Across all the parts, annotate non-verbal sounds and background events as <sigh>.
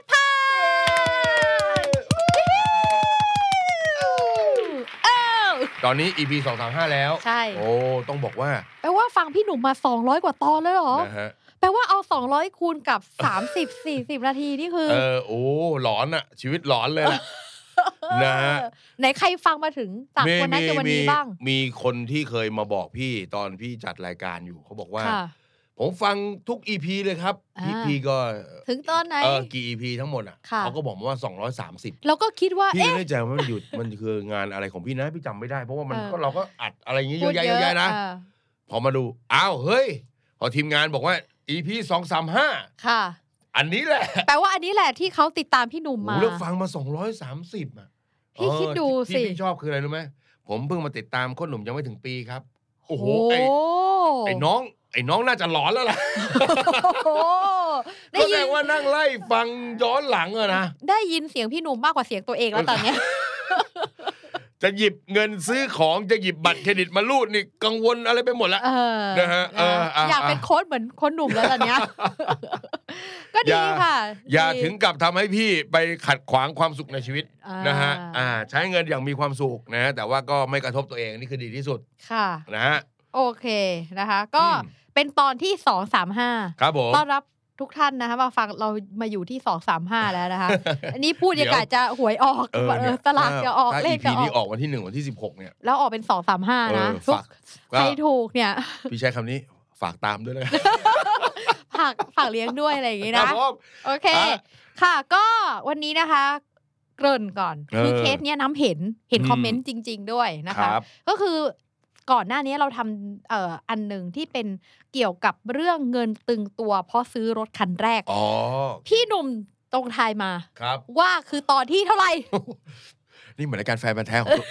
ธพันธ์เอ้า ตอนนี้ EP 2 3 5 แล้ว ใช่ โอ้ ต้องบอกว่า แปลว่าฟังพี่หนุ่มมา 200 กว่าตอนเลยเหรอ นะฮะ แปลว่าเอา 200 คูณกับ 30 40 นาทีนี่คือ เออ โอ้ หลอนอะชีวิตหลอนเลยล่ะ นะฮะ ไหนใครฟังมาถึงจาก มี วันนั้นจนวัน มี นี้บ้าง มีคนที่เคยมาบอกพี่ตอนพี่จัดรายการอยู่ เขาบอกว่า ค่ะ ผมฟังทุก EP เลยครับ อ่า พี่พี่ก็ ถึงตอนไหน เออกี่ EP ทั้งหมดอะ ค่ะ เขาก็บอกมาว่า 230 เราก็คิดว่า พี่ เอ๊ะ ไม่แน่ใจว่ามันอยู่มันคืองานอะไรของพี่นะ พี่จำไม่ได้ เพราะว่ามัน เออ ก็เราก็อัดอะไรอย่างเงี้ยเย พูด อะแยะเยอะแยะนะ เออ พอมาดู อ้าว เฮ้ย พอทีมงานบอกว่า EP 2 3 5 ค่ะ อันนี้แหละ แปลว่าอันนี้แหละที่เขาติดตามพี่หนุ่ม โอ้ มา โหแล้วฟังมา 230 อ่ะ พี่คิดดู เออที่ สิ ที่พี่ชอบคืออะไรรู้ไหม ผมเพิ่งมาติดตามโคนหนุ่มยังไม่ถึงปีครับ โอ้โห ไอ้ โอ้ ไอ้น้อง ไอ้น้องน่าจะหลอนแล้วล่ะ โอ้โหได้ แสด ยิน งว่านั่งไล่ฟังย้อนหลังอะนะ ได้ยินเสียงพี่หนุ่มมากกว่าเสียงตัวเองแล้วตอนเนี้ย จะหยิบเงินซื้อของจะหยิบบัตรเครดิตมาลูดนี่กังวลอะไรไปหมดละ เออ นะฮะเอออ่ะ อยากเป็นโค้ชเหมือนคนหนุ่มแล้วตอนเนี้ย ก็ อ ดี ย่า ค่ะ อย่า ดี ถึงกับทำให้พี่ไปขัดขวางความสุขในชีวิต อ่าน นะฮะ อ่า ใช้เงินอย่างมีความสุขนะฮะแต่ว่าก็ไม่กระทบตัวเองนี่คือดีที่สุด ค่ะ นะฮะ โอเคนะคะ ก็ อืม เป็นตอนที่สองสามห้า ครับผม ต้อนรับทุกท่านนะคะมาฟังเรามาอยู่ที่สองสามห้าแล้วนะคะ อันนี้พูด เดี๋ ยั ย ง ว กาจะหวยออก เออ ว่าเอ เนี่ อย สลากจะออก ถ้า เลข EP จะอ นี้ อ อก อกวันที่หนึ่งวันที่สิบหกเนี่ย แล้วออกเป็นสองสามห้า เอ นะ อ ทุก ฝากก็ ใครถูกเนี่ย พี่ใช้คำนี้ฝากตามด้วยนะ ฝาก <laughs> ฝากเลี้ยงด้วยอะไรอย่างงี้ คนะรับผม โอเค อ่ะ ค่ะก็วันนี้นะคะ เกริ่นก่อน เออ คือเคสเนี้ยน้ำเห็นเห็น อืม คอมเมนต์จริง ๆ ด้วยนะ ค คะ รับ ก็คือก่อนหน้านี้เราทำเอ่ออันหนึ่งที่เป็นเกี่ยวกับเรื่องเงินตึงตัว เพราะซื้อรถคันแรก อ๋อ พี่หนุ่มตรงทายมา ครับ <laughs> ว่าคือตอนที่เท่าไหร่ นี่เหมือนรายการแฟนพันธุ์แท้ของ <laughs> ตัว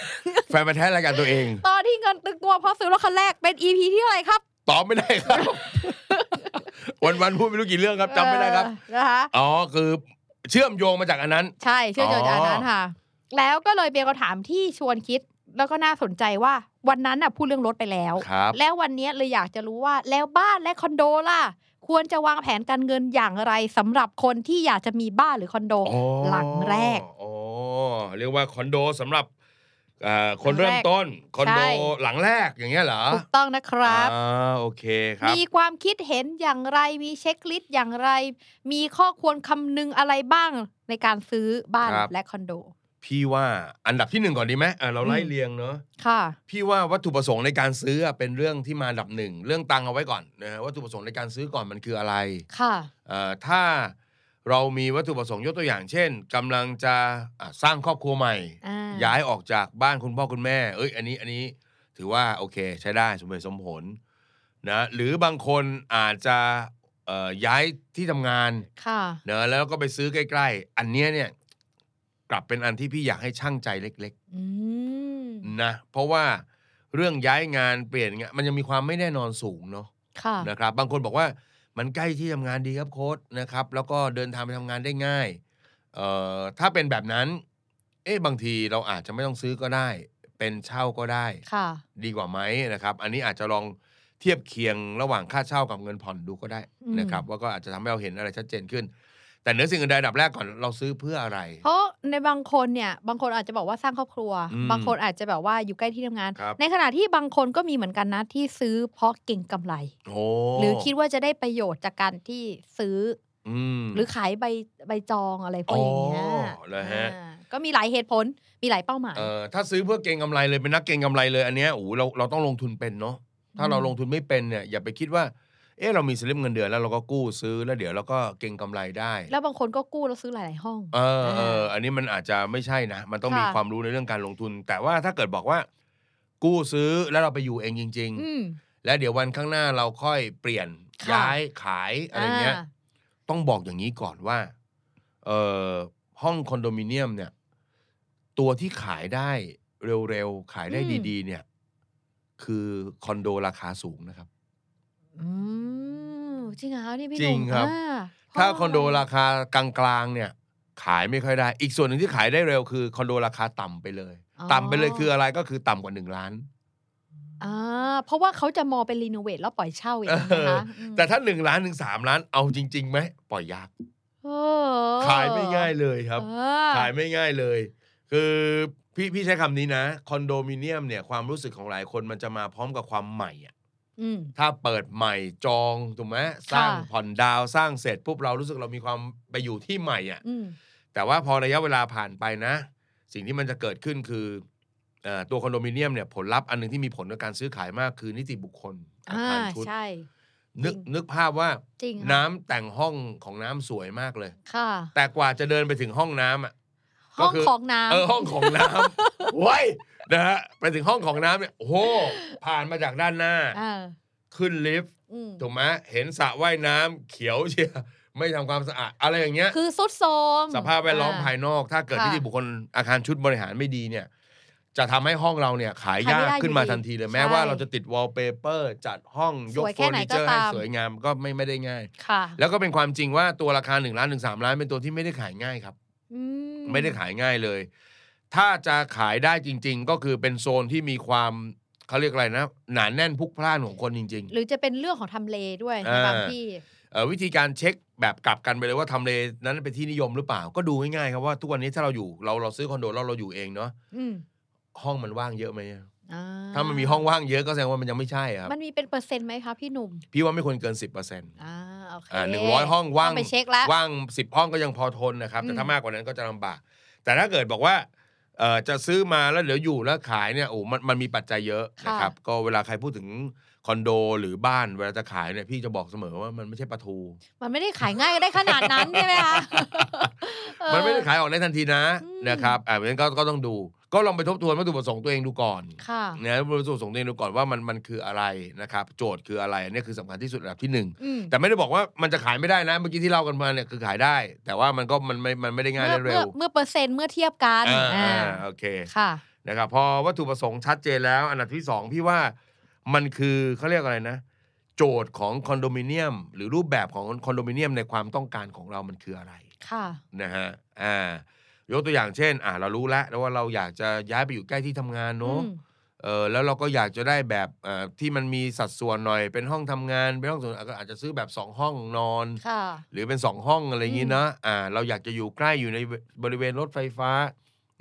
แฟนพันธุ์แท้รายการตัวเอง ตอนที่เงินตึงตัวเพราะซื้อรถคันแรกเป็น EP ที่เท่าไหร่ครับ ตอบไม่ได้ <laughs> ครับ วันวันๆพูดไม่รู้กี่เรื่องครับจำไม่ได้ครับ เออนะคะ อ๋อคือเชื่อมโยงมาจากอันนั้น ใช่เชื่อโยงจากอันนั้นค่ะ แล้วก็เลยเบลก็ถามที่ชวนคิด แล้วก็น่าสนใจว่าวันนั้นน่ะพูดเรื่องรถไปแล้ว ครับ แล้ววันเนี้ยเลยอยากจะรู้ว่า แล้วบ้านและคอนโดล่ะ ควรจะวางแผนการเงินอย่างไรสำหรับคนที่อยากจะมีบ้านหรือคอนโด อ๋อ หลังแรก อ๋อเรียกว่าคอนโดสำหรับอ่าคน หลังแรก เริ่มต้น คอนโด ใช่ หลังแรกอย่างเงี้ยเหรอ ถูกต้องนะครับ อ่าโอเคครับ มีความคิดเห็นอย่างไรมีเช็คลิสต์อย่างไร มีข้อควรคำนึงอะไรบ้างในการซื้อบ้าน ครับ และคอนโด พี่ว่าอันดับที่หนึ่งก่อนดีไหมอ่าเราไล่เรียงเนาะ ค่ะ พี่ว่าวัตถุประสงค์ในการซื้ออะเป็นเรื่องที่มาอันดับหนึ่งเรื่องตังค์เอาไว้ก่อนนะฮะวัตถุประสงค์ในการซื้อก่อนมันคืออะไร ค่ะ เอ่อถ้าเรามีวัตถุประสงค์ยกตัวอย่าง เช่นกำลังจะอ่ะสร้างครอบครัวใหม่ อ่า ย้ายออกจากบ้านคุณพ่อคุณแม่ เอ้ยอันนี้อันนี้ถือว่าโอเค ใช้ได้สมเหตุสมผลนะหรือบางคนอาจจะเอ่อย้ายที่ทำงาน ค่ะ เนอะแล้วก็ไปซื้อใกล้ ๆ อันเนี้ยเนี่ยกลับเป็นอันที่พี่อยากให้ช่างใจเล็ก ๆ อืม นะเพราะว่าเรื่องย้ายงานเปลี่ยนงานมันยังมีความไม่แน่นอนสูงเนาะ ค่ะ นะครับ บางคนบอกว่ามันใกล้ที่ทำงานดีครับโค้ดนะครับ แล้วก็เดินทางไปทำงานได้ง่ายเอ่อถ้าเป็นแบบนั้น เอ๊ะบางทีเราอาจจะไม่ต้องซื้อก็ได้ เป็นเช่าก็ได้ ค่ะ ดีกว่าไหมนะครับ อันนี้อาจจะลองเทียบเคียงระหว่างค่าเช่ากับเงินผ่อนดูก็ได้ อืม นะครับ ว่าก็อาจจะทำให้เราเห็นอะไรชัดเจนขึ้น แต่เหนือสิ่งอื่นใดอันดับแรกก่อนเราซื้อเพื่ออะไร เพราะในบางคนเนี่ย บางคนอาจจะบอกว่าสร้างครอบครัว อืม บางคนอาจจะแบบว่าอยู่ใกล้ที่ทำงาน ครับ ในขณะที่บางคนก็มีเหมือนกันนะที่ซื้อเพราะเก่งกำไร โอ้ หรือคิดว่าจะได้ประโยชน์จากการที่ซื้อ อืม อหรือขายใบใบจองอะไรพวกอย่างเงี้ย อ๋อเหรอฮะ อ่าก็มีหลายเหตุผลมีหลายเป้าหมาย เอ่อถ้าซื้อเพื่อเก็งกำไรเลยเป็นนักเก็งกำไรเลยอันเนี้ยโอ้โหเราเราต้องลงทุนเป็นเนาะถ้าเราลงทุนไม่เป็นเนี่ยอย่าไปคิดว่า เออเรามีสลิปเงินเดือนแล้วเราก็กู้ซื้อแล้วเดี๋ยวเราก็เก็งกำไรได้ แล้วบางคนก็กู้แล้วซื้อหลาย ๆ ห้อง เออเอออันนี้มันอาจจะไม่ใช่นะ มันต้องมี ค่ะ ความรู้ในเรื่องการลงทุน แต่ว่าถ้าเกิดบอกว่า กู้ซื้อแล้วเราไปอยู่เองจริง อืม ๆ แล้วเดี๋ยววันข้างหน้าเราค่อยเปลี่ยน ค่ะ ย้ายขายอะไรเงี้ย อ่า ต้องบอกอย่างนี้ก่อนว่าเอ่อห้องคอนโดมิเนียมเนี่ย ตัวที่ขายได้เร็วๆ ขายได้ดี ๆ เนี่ย คือคอนโดราคาสูงนะครับ อืมจริงเหรอคะนี่พี่ห จริ นุ่ ง ม ครับ อ่ ถ้า เพะ คอนโดราคากลางๆเนี่ย ขายไม่ค่อยได้ อีกส่วนหนึ่งที่ขายได้เร็วคือคอนโดราคาต่ำไปเลย อ๋อ ต่ำไปเลยคืออะไรก็คือต่ำกว่าหนึ่งล้าน อ่าเพราะว่าเขาจะมองเป็นรีโนเวทแล้วปล่อยเช่าอย่างนั้นนะคะม แต่ถ้าหนึ่งล้านถึงสามล้านเอาจริงๆไหมปล่อยยาก เออ ขายไม่ง่ายเลยครับ เออ ขายไม่ง่ายเลย คือพี่พี่ใช้คำนี้นะ คอนโดมิเนียมเนี่ยความรู้สึกของหลายคนมันจะมาพร้อมกับความใหม่อะ อืม ถ้าเปิดใหม่จองถูกไหมสร้าง ค่ะ ผ่อนดาวน์สร้างเสร็จปุ๊บเรารู้สึกเรามีความไปอยู่ที่ใหม่อะ อืม แต่ว่าพอระยะเวลาผ่านไปนะ สิ่งที่มันจะเกิดขึ้นคือเอ่อตัวคอนโดมิเนียมเนี่ยผลลัพธ์อันหนึงที่มีผลกับการซื้อขายมากคือนิติบุคคลอา อ่า คารชุด ใช่ นึก จริง นึกภาพว่า จริงค่ะ น้ำแต่งห้องของน้ำสวยมากเลย ค่ะ แต่กว่าจะเดินไปถึงห้องน้ำอ่ะ ก็ ห้อง คือ ของน้ำ เออห้องของน้ <laughs> ำ ไว้ยนะฮะไปถึงห้องของน้ำเนี่ยโอ้โหผ่านมาจากด้านหน้า เออ ขึ้นลิฟต์ อืม ถูกไหมเห็นสระว่ายน้ำเขียวเชีย <laughs> ร์ไม่ทำความสะอาดอะไรอย่างเงี้ย คือสุดโทรม สภาพแวดล้อมภายนอก ถ้าเกิด ค่ะ นิติบุคคลอาคารชุดบริหารไม่ดีเนี่ย จะทำให้ห้องเราเนี่ยขาขายย ยา ไม่ ก ได้ ขึ้นมา อยู่ดี ทันทีเลย ใช่ แม้ว่าเราจะติดวอลเปเปอร์จัดห้องยก สวย เฟ แค่ อร์ ไหน นิ ก็ เจอร์ให้ ตาม สวยงามก็ไม่ไม่ได้ง่าย ค่ะ แล้วก็เป็นความจริงว่าตัวราคา1ล้านถึง3ล้านเป็นตัวที่ไม่ได้ขายง่ายครับ อื ไม่ได้ขายง่ายเลย ถ้าจะขายได้จริง ๆ ก็คือเป็นโซนที่มีความเขาเรียกอะไรนะหนาแน่นพลุกพล่านของคนจริง ๆ หรือจะเป็นเรื่องของทำเลด้วยใน อ่า บางที่ เอ่อวิธีการเช็คแบบกลับกันไปเลยว่าทำเลนั้นเป็นที่นิยมหรือเปล่า ก็ดูง่ายๆครับว่าทุกวันนี้ถ้าเราอยู่เราเราซื้อคอนโดแล้วเราอยู่เองเนาะ อืม ห้องมันว่างเยอะไหม อ่ ถ้ามันมีห้องว่างเยอะก็แสดงว่ามันยังไม่ใช่ครับ มันมีเป็นเปอร์เซ็นต์ไหมคะพี่หนุ่ม พี่ว่าไม่ควรเกิน 10%อ อ่าโอเค่ าหนึ่งร้อยห้องว่าง ต้ไปเช็คแล้ว ว่าง 10 ห้องก็ยังพอทนนะครับ แต่ อืม ถ้ามากกว่านั้นก็จะลำบาก แต่ถ้าเกิดบอกว่าเอ่อจะซื้อมาแล้วเดี๋ยวอยู่แล้วขายเนี่ยโอ้มันมันมีปัจจัยเยอะนะครับก็เวลาใครพูดถึงคอนโดหรือบ้านเวลาจะขายเนี่ยพี่จะบอกเสมอว่ามันไม่ใช่ปลาทู มันไม่ได้ขายง่ายได้ขนาดนั้นใช่ไหมคะ เออ <laughs> มันไม่ได้ขายออกในทันทีนะ อืม นะครับอ่าเพราะฉะนั้นก็ก็ต้องดู ก็ลองไปทบทวนวัตถุประสงค์ตัวเองดูก่อน ค่ะ นะวัตถุประสงค์ตัวเองดูก่อนว่ามันมันคืออะไรนะครับ โจทย์คืออะไรอันนี้คือสำคัญที่สุดอันดับที่หนึ่ง อืม แต่ไม่ได้บอกว่ามันจะขายไม่ได้นะเมื่อกี้ที่เล่ากันมาเนี่ยคือขายได้ แต่ว่ามันก็มันไม่มันไม่ได้ง่ายและ เมื่อ เร็ว เมื่อเมื่อเปอร์เซ็นต์เมื่อเทียบกัน อ่า อ่า อ่าโอเค ค่ะ นะครับพอวัตถุประสงค์ชัดเจนแล้ว อันดับที่สองพี่ว่ามันคือเขาเรียกอะไรนะ โจทย์ของคอนโดมิเนียม หรือรูปแบบของคอนโดมิเนียมในความต้องการของเรามันคืออะไร ค่ะ นะฮะ อ่า ยกตัวอย่างเช่น อ่าเรารู้แล้วแล้วว่าเราอยากจะย้ายไปอยู่ใกล้ที่ทำงานเนอะ อืม เออ แล้วเราก็อยากจะได้แบบเอ่อที่มันมีสัดส่วนหน่อย เป็นห้องทำงาน เป็นห้องส่วนก็อาจจะซื้อแบบ 2 ห้องนอน ค่ะ หรือเป็น 2 ห้องอะไรอย่างนี้นะ อ่า เราอยากจะอยู่ใกล้อยู่ในบริเวณรถไฟฟ้า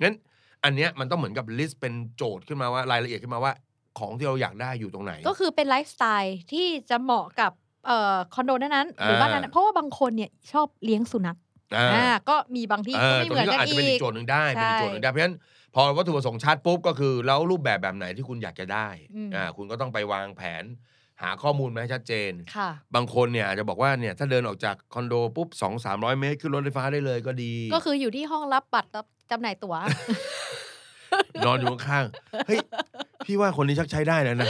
งั้น อันเนี้ยมันต้องเหมือนกับลิสต์เป็นโจทย์ขึ้นมาว่ารายละเอียดขึ้นมาว่าของที่เราอยากได้อยู่ตรงไหน ก็คือเป็นไลฟ์สไตล์ที่จะเหมาะกับเอ่อคอนโดนั้นๆหรือบ้านนั้นๆ อ่า เพราะว่าบางคนเนี่ยชอบเลี้ยงสุนัข อ่า อ่าก็มีบางที่ เอ ก็ไม่เหมือนอตรงนี้ก็ กัน อาจจะ อี เป็นอี ก กโจทย์หนึ่งได้ ใช่ เป็นอีกโจทย์หนึ่งได้เพราะฉะนั้นพอวัตถุประสงค์ชัดปุ๊บก็คือ แล้วรูปแบบแบบไหนที่คุณอยากจะได้ อืม อ่าคุณก็ต้องไปวางแผน หาข้อมูลมาให้ชัดเจน ค่ะ บางคนเนี่ยอาจจะบอกว่าเนี่ยถ้าเดินออกจากคอนโดปุ๊บสองสามร้อยเมตรขึ้นรถไฟฟ้าได้เลยก็ดี ก็คืออยู่ที่ห้องรับบัตรรับจำหน่ายตั๋ว นอนอยู่ข้างๆเฮ้ยพี่ว่าคนนี้ชักใช้ได้แล้วนะ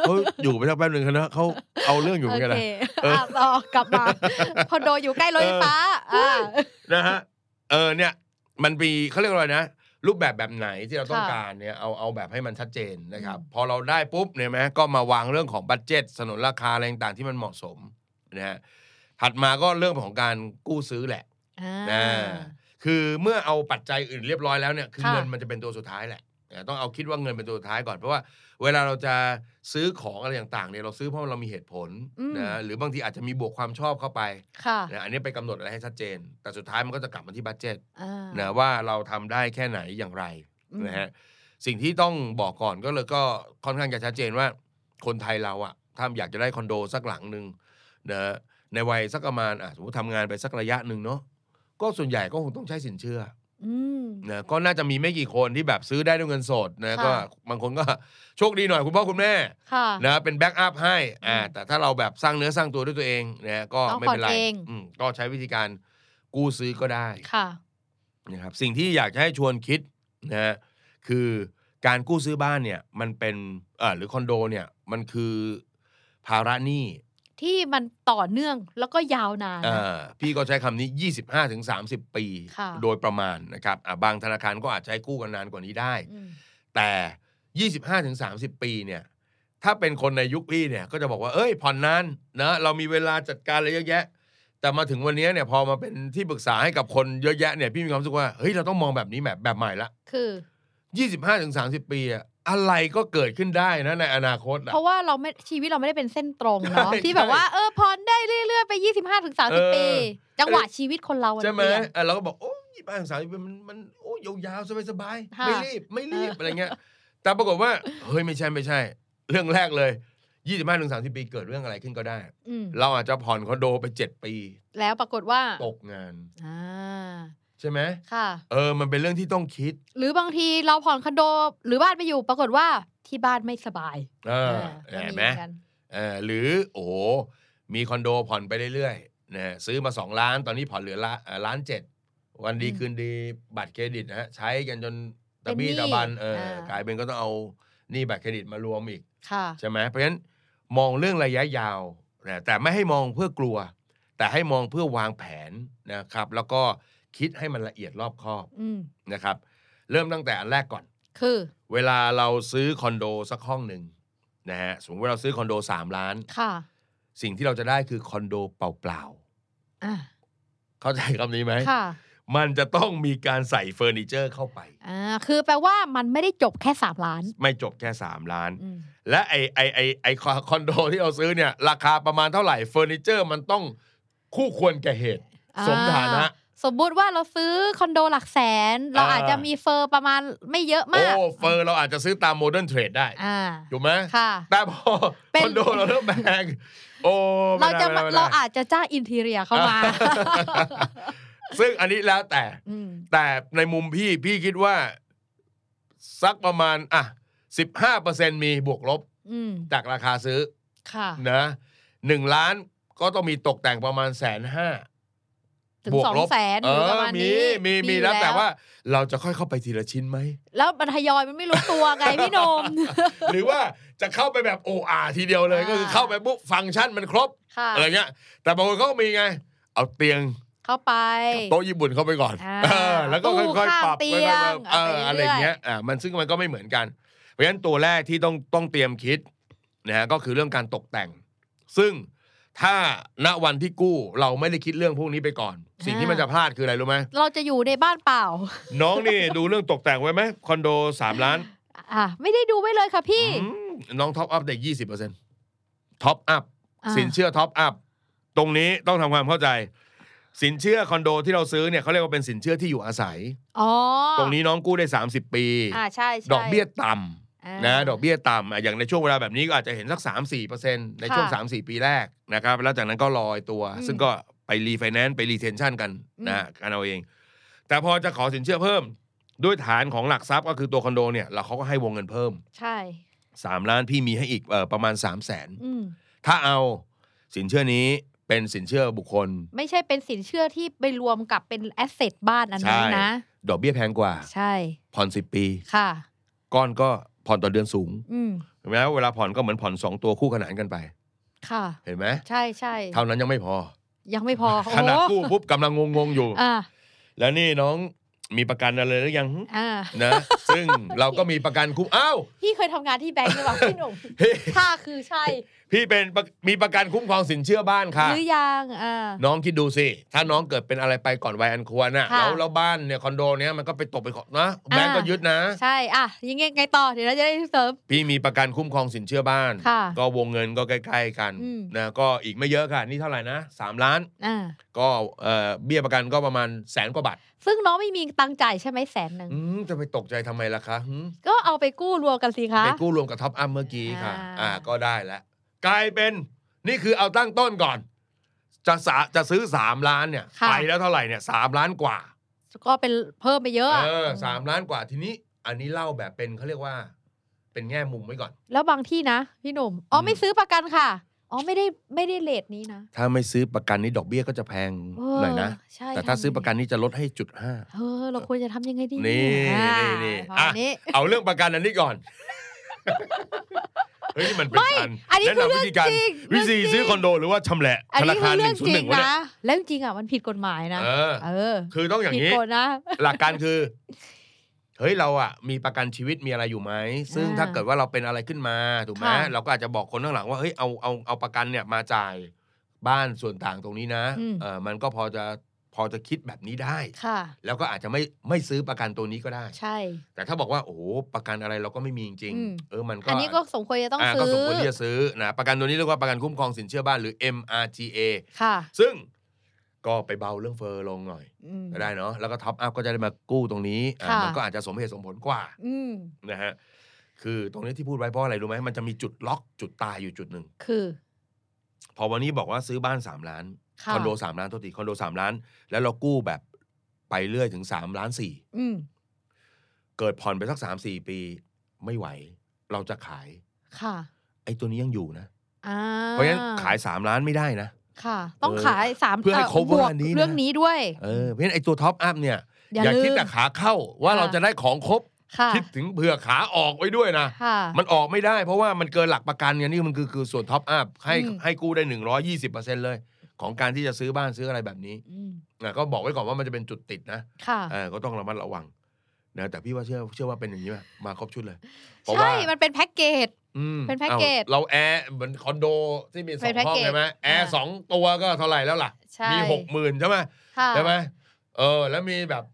เขาอยู่ไปสักแป๊บหนึ่งนะเขาเอาเรื่องอยู่เห โอ มือนกัน เค นะ อ่ะต่อกลั <laughs> บมา คอนโดอยู่ใกล้รถไฟฟ้าอ่า นะฮะ เออเนี่ย มันมีเขาเรียกว่าอะไรนะ รูปแบบแบบไหนที่เราต้อง ค่ะ การเนี่ยเอาเอาแบบให้มันชัดเจนนะครับ อืม พอเราได้ปุ๊บเนี่ยไหมก็มาวางเรื่องของบัตเจ็ตสนนราคาอะไรต่างๆที่มันเหมาะสมนะฮะถัดมาก็เรื่องของการกู้ซื้อแหละ อ่า นะคือเมื่อเอาปัจจัยอื่นเรียบร้อยแล้วเนี่ยคือ ค่ะ เงินมันจะเป็นตัวสุดท้ายแหละนะต้องเอาคิดว่าเงินเป็นตัวสุดท้ายก่อนเพราะว่า เวลาเราจะซื้อของอะไรต่างๆเนี่ยเราซื้อเพราะเรามีเหตุผลนะหรือบางทีอาจจะมีบวกความชอบเข้าไป ค่ะ นะอันนี้ไปกำหนดอะไรให้ชัดเจน แต่สุดท้ายมันก็จะกลับมาที่บัตเจ็ต อ่า นะว่าเราทำได้แค่ไหนอย่างไร อืม นะฮะสิ่งที่ต้องบอกก่อนก็เลยก็ค่อนข้างจะชัดเจนว่า คนไทยเราอะถ้าอยากจะได้คอนโดสักหลังหนึ่งนะในวัยสักประมาณอ่ะสมมติทำงานไปสักระยะหนึ่งเนาะก็ส่วนใหญ่ก็คงต้องใช้สินเชื่อ อืม นะก็น่าจะมีไม่กี่คนที่แบบซื้อได้ด้วยเงินสดนะ ค่ะ ก็บางคนก็ โชคดีหน่อยคุณพ่อคุณแม่ ค่ะ นะเป็นแบ็กอัพให้อ่า อืม แต่ถ้าเราแบบสร้างเนื้อสร้างตัวด้วยตัวเองนะก็ ต้อง ไม่เป็นไร ผ่อนเอง อืมก็ใช้วิธีการกู้ซื้อก็ได้ ค่ะ นะครับสิ่งที่อยากจะให้ชวนคิดนะฮะคือการกู้ซื้อบ้านเนี่ยมันเป็นเอ่อหรือคอนโดเนี่ยมันคือภาระหนี้ ที่มันต่อเนื่องแล้วก็ยาวนาน เอ่ นะ อพี่ก็ใช้คำนี้ 25-30 ปี ค่ะ โดยประมาณนะครับอ่ะบางธนาคารก็อาจจะให้กู้กันนานกว่านี้ได้ อืม แต่ 25-30 ปีเนี่ย ถ้าเป็นคนในยุคพี่เนี่ย ก็จะบอกว่าเอ้ย ผ่อนนานนะเรามีเวลาจัดการอะไรเยอะแยะ แต่มาถึงวันนี้เนี่ยพอมาเป็นที่ปรึกษาให้กับคนเยอะแยะเนี่ยพี่มีความรู้สึกว่าเฮ้ยเราต้องมองแบบนี้แบบแบบใหม่ละ คือ ยี่สิบห้าถึงสาสิบปีอะอะไรก็เกิดขึ้นได้นะในอนาคตอะ เพราะว่าเราไม่ชีวิตเราไม่ได้เป็นเส้นตรงเนาะ ใช่ ที่แบบว่าเออพรได้เรื่อยๆไป 25ถึง เออ 30 ปี จังหวะชีวิตคนเราอะ ใช่ไหม เปลี่ยน เออเราก็บอกโอ้ยี่สิบห้าถึงสาสิบปีมันมันโอ้ยาวๆสบายๆ ค่ะ ไม่รีบไม่รีบ เอออ อะไรเงี้ย แต่ปรากฏว่า เฮ้ยไม่ใช่ไม่ใช่ เรื่องแรกเลยยี่สิบห้าถึงสาสิบปีเกิดเรื่องอะไรขึ้นก็ได้ อืม เราอาจจะผ่อนคอนโดไปเจ็ดปี แล้วปรากฏว่า ตกงาน อ่า ใช่ไหม ค่ะ เออมันเป็นเรื่องที่ต้องคิด หรือบางทีเราผ่อนคอนโดหรือบ้านไปอยู่ ปรากฏว่าที่บ้านไม่สบาย เออ เออก็ เห็นไหม มีเหมือนกัน เออหรือโอ้โหมีคอนโดผ่อนไปเรื่อยๆนะซื้อมาสองล้านตอนนี้ผ่อนเหลือละเอ่อล้านเจ็ดวันดีคืนดีบัตรเครดิตนะฮะใช้กันจนตะบี้ตะบันเออกลายเป็นก็ต้องเอาหนี่บัตรเครดิตมารวมอีก ค่ะ ใช่ไหมเพราะฉะนั้นมองเรื่องระยะยาวนะแต่ไม่ให้มองเพื่อกลัว แต่ให้มองเพื่อวางแผนนะครับ แล้วก็คิดให้มันละเอียดรอบคอบ อืม นะครับ เริ่มตั้งแต่อันแรกก่อน คือ เวลาเราซื้อคอนโดสักห้องหนึ่งนะฮะสมมติว่าเราซื้อคอนโด 3 ล้าน ค่ะ สิ่งที่เราจะได้คือคอนโดเปล่า อ่า ๆ เข้าใจคำนี้ไหม ค่ะ มันจะต้องมีการใส่เฟอร์นิเจอร์เข้าไป อ่าคือแปลว่ามันไม่ได้จบแค่สามล้าน ไม่จบแค่ 3 ล้าน อืม และไอไอไอไอคอนโดที่เราซื้อเนี่ย ราคาประมาณเท่าไหร่เฟอร์นิเจอร์มันต้องคู่ควรแก่เหตุ อ่ สมฐานะ สมมุติว่าเราซื้อคอนโดหลักแสน เรา อ่า อาจจะมีเฟอร์ประมาณไม่เยอะ โอ้ มาก เฟอร์เราอาจจะซื้อตามโมเดิร์นเทรดได้ อ่า ถูกไหม ค่ะ แต่พอ <laughs> เป็น คอนโดเราเริ่มแพงโอ้ไม่ เรา ได้ จะ ไม่ได้ไม่ได้ เราอาจจะจ้างอินเทียเข้ามา ซึ่งอันนี้แล้วแต่ อืม แต่ในมุมพี่พี่คิดว่า สักประมาณอ่ะสิบห้าเปอร์เซ็นมีบวกลบ อืม จากราคาซื้อ ค่ะ นะหนึ่งล้านก็ต้องมีตกแต่งประมาณแสนห้า ถึง บวก สอง ลบ แสนหรือประมาณ มี นี้ มีมี อยู่ แล้วแต่ว่าเราจะค่อยเข้าไปทีละชิ้นไหม แล้วมันทยอยมันไม่รู้ตัวไงพี่หนม หรือว่าจะเข้าไปแบบโออาทีเดียวเลย อ่า ก็คือเข้าไปปุ๊บฟังก์ชันมันครบ ค่ะ อะไรเงี้ย แต่บางคนเขาก็มีไง เอาเตียง เข้าไป กับโต๊ะญี่ปุ่นเข้าไปก่อน อ่า เออแล้วก็ค่อย ตู้ ๆปรัข้าบงเตี ค่อย ยง ๆปรับเออ เอา อะ ไป ไร เรื่อย เงี้ยอ่ามันซึ่งมันก็ไม่เหมือนกัน เพราะฉะนั้นตัวแรกที่ต้องต้องเตรียมคิดนะฮะก็คือเรื่องการตกแต่ง ซึ่งถ้าณวันที่กู้เราไม่ได้คิดเรื่องพวกนี้ไปก่อน สิ่งที่มันจะพลาดคืออะไรรู้ไหม เราจะอยู่ในบ้านเปล่า น้องนี่ดูเรื่องตกแต่งไว้ไหมคอนโดสามล้าน อ่ะไม่ได้ดูไว้เลยค่ะพี่ อืมน้องท็อปอัพได้ยี่สิบเปอร์เซ็นต์ท็อปอัพ อ่า สินเชื่อท็อปอัพตรงนี้ต้องทำความเข้าใจ สินเชื่อคอนโดที่เราซื้อเนี่ยเขาเรียกว่าเป็นสินเชื่อที่อยู่อาศัย อ๋อ ตรงนี้น้องกู้ได้ 30 ปี อ่าใช่ใช่ ดอกเบี้ยต่ำ า นะดอกเบี้ยต่ำอ่ะอย่างในช่วงเวลาแบบนี้ก็อาจจะเห็นสัก 3 4เปอร์เซ็นต์ในช่วง ค่ะ 3 4 ปีแรกนะครับแล้วจากนั้นก็ลอยตัว อืม ซึ่งก็ไปรีไฟแนนซ์ไปรีเทนชั่นกันนะฮะกันเอาเอง แต่พอจะขอสินเชื่อเพิ่ม ด้วยฐานของหลักทรัพย์ก็คือตัวคอนโดเนี่ยเราเขาก็ให้วงเงินเพิ่ม ใช่ 3 ล้านพี่มีให้อีกเอ่อประมาณ 3 0 0 0 0น อืม ถ้าเอาสินเชื่อนี้เป็นสินเชื่อบุคคล ไม่ใช่เป็นสินเชื่อที่ไปรวมกับเป็นแอสเซทบ้านอันนั้นนะ ดอกเบี้ยแพงกว่า ใช่ ผ่อน10 ปี ค่ะ ก้อนก็ผ่อนต่อเดือนสูง อืม เห็นไหมเวลาผ่อนก็เหมือนผ่อนสองตัวคู่ขนานกันไป ค่ะ เห็นไหม ใช่ใช่ เท่านั้นยังไม่พอ ยังไม่พอโอ้โห ขนาดกู้ปุ๊บกำลังงงๆ <laughs> อยู่ อ่า แล้วนี่น้องมีประกันอะไรหรือยัง อ่า นะ <laughs> ซึ่งเราก็มีประกันคุ้มอ้าว <laughs> พี่เคยทำงานที่แบงก์หรือเปล่าพี่หนุ่ม เฮ้ย ถ้าคือใช่ พี่เป็นประมีประกันคุ้มครองสินเชื่อบ้านค่ะ หรือยังอ่า น้องคิดดูสิ ถ้าน้องเกิดเป็นอะไรไปก่อนวัยอันควรน่ะ ค่ะ แล้วแล้วบ้านเนี่ยคอนโดเนี้ยมันก็ไปตกไปของนะแบงก์ อ่า ก็ยึดนะ ใช่อ่ะยังไงไงต่อเดี๋ยวเราจะได้เสริม พี่มีประกันคุ้มครองสินเชื่อบ้าน ค่ะ ก็วงเงินก็ใกล้ๆกัน อืม นะก็อีกไม่เยอะค่ะ นี่เท่าไหร่นะสามล้าน อ่า ก็เอ่อเบี้ยประกันก็ประมาณแสนกว่าบาท ซึ่งน้องไม่มีตังค์จ่ายใช่ไหมแสนหนึ่ง อืมจะไปตกใจทำไมล่ะคะหืม ก็เอาไปกู้รวมกันสิคะ ไปกู้รวมกับท็อปอัพเมื่อกี้ค่ะ อ่า อ่า ก็ได้แล้ว กลายเป็นนี่คือเอาตั้งต้นก่อน จะสาจะซื้อ 3 ล้านเนี่ย ไปแล้วเท่าไหร่เนี่ยสามล้านกว่า ก็เป็นเพิ่มไปเยอะ เออสามล้านกว่าทีนี้ อันนี้เล่าแบบเป็นเขาเรียกว่า เป็นแง่มุมไว้ก่อน แล้วบางที่นะ พี่หนุ่ม อ๋ออ ม ไม่ซื้อประกันค่ะ อ๋อไม่ได้ไม่ได้เลทนี้นะ ถ้าไม่ซื้อประกันนี่ดอกเบี้ยก็จะแพง เออ หน่อยนะ ใช่ แต่ถ้า ทำไง ซื้อประกันนี่จะลดให้จุดห้า เออ เราควรจะทำยังไงดี นี่ อ่า นี่นี่ ประมาณ อ่ะ นี้ เอาเรื่องประกันอันนี้ก่อน <laughs> เฮ้ยนี่มันเป็น ไม่ การ อันนี้ แนะ คือเรื่ นำองวิธีการ จริง วิธี เรื่องจริง ซื้อคอนโดหรือว่าชำแหละ อัน ธนา นี้คื คาร อ ห เรื่อนึ่ง งศูน จ ย์ ริงหนึ่งวะเนี่ย นะ แล้วจริงอ่ะมันผิดกฎหมายนะ เออ เออ คือต้องอย่าง ผิด นี้ <laughs> กฎนะ หลักการคือ เฮ้ยเราอะมีประกันชีวิตมีอะไรอยู่ไหมซึ่ง อ่า ถ้าเกิดว่าเราเป็นอะไรขึ้นมาถูกไหม ค่ะ เราก็อาจจะบอกคนข้างหลังว่าเฮ้ยเอาเอาเอาประกันเนี่ยมาจ่ายบ้านส่วนต่างตรงนี้นะเออมันก็พอจะพอจะคิดแบบนี้ได้ ค่ะ แล้วก็อาจจะไม่ไม่ซื้อประกันตัวนี้ก็ได้ ใช่ แต่ถ้าบอกว่าโอ้โหประกันอะไรเราก็ไม่มีจริง อืม ๆเออมันก็ อันนี้ก็สมควรจะต้อง า ซื้ ก็ อ สมควรที่จะซื้อนะประกันตัวนี้เรียกว่าประกันคุ้มครองสินเชื่อบ้านหรือ MRGA ค่ะ ซึ่งก็ไปเบาเรื่องเฟอร์ลงหน่อย อืม ก็ได้เนาะแล้วก็ท็อปอัพก็จะได้มากู้ตรงนี้อ่า ค่ะ มันก็อาจจะสมเหตุสมผลกว่า อืม นะฮะคือตรงนี้ที่พูดไว้เพราะอะไรรู้ไหมมันจะมีจุดล็อกจุดตายอยู่จุดหนึ่ง คือ พอวันนี้บอกว่าซื้อบ้าน 3 ล้าน ค่ะ คอนโด3ล้านตัวตีคอนโด3ล้าน แล้วเรากู้แบบไปเรื่อยถึง3ล้านสี่ อืม เกิดผ่อนไปสักสามสี่ปี ไม่ไหว เราจะขาย ค่ะ ไอ้ตัวนี้ยังอยู่นะ อ่า เพราะฉะนั้นขายสามล้านไม่ได้นะ ค่ะ ต้อง เออ ขายสาม เพื่อให้ บ cover วก อันนี้นะ เรื่องนี้ด้วย เออเพราะฉะนั้นไอ้ตัวท็อปอัพเนี่ย อย่าลื คิด ม แต่ขาเข้าว่า ค่ะ เราจะได้ของครบ ค่ะ คิดถึงเผื่อขาออกไว้ด้วยนะ ค่ะ มันออกไม่ได้เพราะว่ามันเกินหลักประกันไงนี่มันคือคือส่วนท็อปอัพให้ อืม ให้กู้ได้หนึ่งร้อยี่สิบเปอร์เซ็นเลย ของการที่จะซื้อบ้านซื้ออะไรแบบนี้ อืม นะก็บอกไว้ก่อนว่ามันจะเป็นจุดติดนะ ค่ะ เออก็ต้องระมัดระวังนะแต่พี่ว่าเชื่อเชื่อว่าเป็นอย่างนี้ไหมมาครบชุดเลยเพราะว่า ใช่ มันเป็นแพ็กเกจ อืม เป็นแพ็กเกจ อ้าเราแอร์เหมือนคอนโดที่มีส เป็ อน ง แพ็ก ห้อง เกจ ใช่ไหมแอร์ อ่า สองตัวก็เท่าไหร่แล้วล่ะ ใช่ มีหกหมื่นใช่ไหม ค่ะ ใช่ไหมเออ แล้วมีแบบ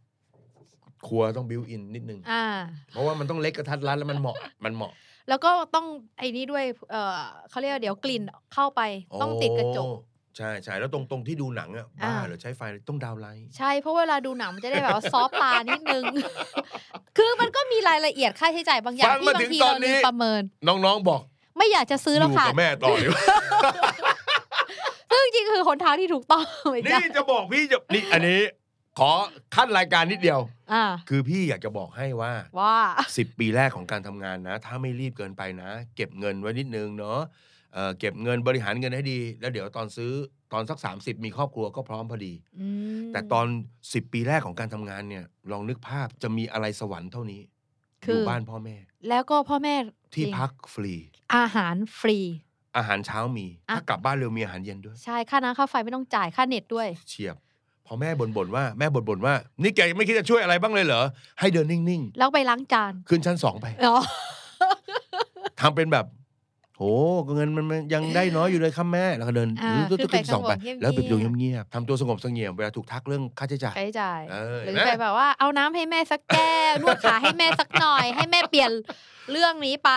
ครัวต้องบิวอินนิดนึง อ่า เพราะว่ามันต้องเล็กกระทัดรัดแล้วมันเหมาะมันเหมาะ แล้วก็ต้องไอ้นี่ด้วย เออเขาเรียกว่าเดี๋ยวกลิ่นเข้าไป ต้องติดกระจก โอ้ใช่ใช่แล้วตรงตรงที่ดูหนังอ่ะบ้า อ่า เหรือใช้ไฟต้องดาวน์ไลท์ ใช่ เพราะเวลาดูหนังมันจะได้แบบว่าซอฟต์ตานิดนึง <laughs> คือมันก็มีรายละเอียดค่าใช้จ่ายบางอย่างที่บางทีเราลืมประเมิน น้องๆบอก ไม่อยากจะซื้อ อ แล้ว ยู่ ค่ะ กับแม่ต่ออยู่า ซึ่งจริงๆคือหนทางที่ถูกต้อง <laughs> ไม่ใช่ นี่จะบอกพี่จะนี่อันนี้ ขอขั้นรายการนิดเดียว อ่า คือพี่อยากจะบอกให้ว่า ว่า สิบปีแรกของการทำงานนะ ถ้าไม่รีบเกินไปนะ เก็บเงินไว้นิดนึงเนาะเอ่อเก็บเงินบริหารเงินให้ดี แล้วเดี๋ยวตอนซื้อตอนสัก 30 มีครอบครัวก็พร้อมพอดี อืม แต่ตอน 10 ปีแรกของการทำงานเนี่ยลองนึกภาพจะมีอะไรสวรรค์เท่านี้อ คื ยู่ อ บ้านพ่อแม่ แล้วก็พ่อแม่ ที่ จริง พักฟรี อาหารฟรี อาหารเช้ามี อ่ะ ถ้ากลับบ้านเร็วมีอาหารเย็นด้วย ใช่ ค่าน้ำค่าไฟไม่ต้องจ่าย ค่าเน็ตด้วย เฉียบพอแม่บ่นบ่นๆว่าแม่บ่นบ่นๆว่า นี่แกไม่คิดจะช่วยอะไรบ้างเลยเหรอให้เดินนิ่ง แล้วไปล้างจาน ๆขึ้นชั้นสองไป อ๋อ ทำเป็นแบบ โหเงินมันยังได้น้อยอยู่เลยครับแม่ แล้วก็เดิน อ่า ตุ๊ก ขึ้ ตุ๊ น ก ไป สองไป ข้างบนเงียบๆ แล้วปิดดูเงียบๆทำตัวสงบเสงี่ยมเวลาถูกทักเรื่องค่าใช้จ่าย ใช้จ่าย เออ หรือ เห็นไหม ไปแบบว่าเอาน้ำให้แม่สักแก้วนวดขาให้แม่สักหน่อย ให้แม่เปลี่ยนเรื่องนี้ไป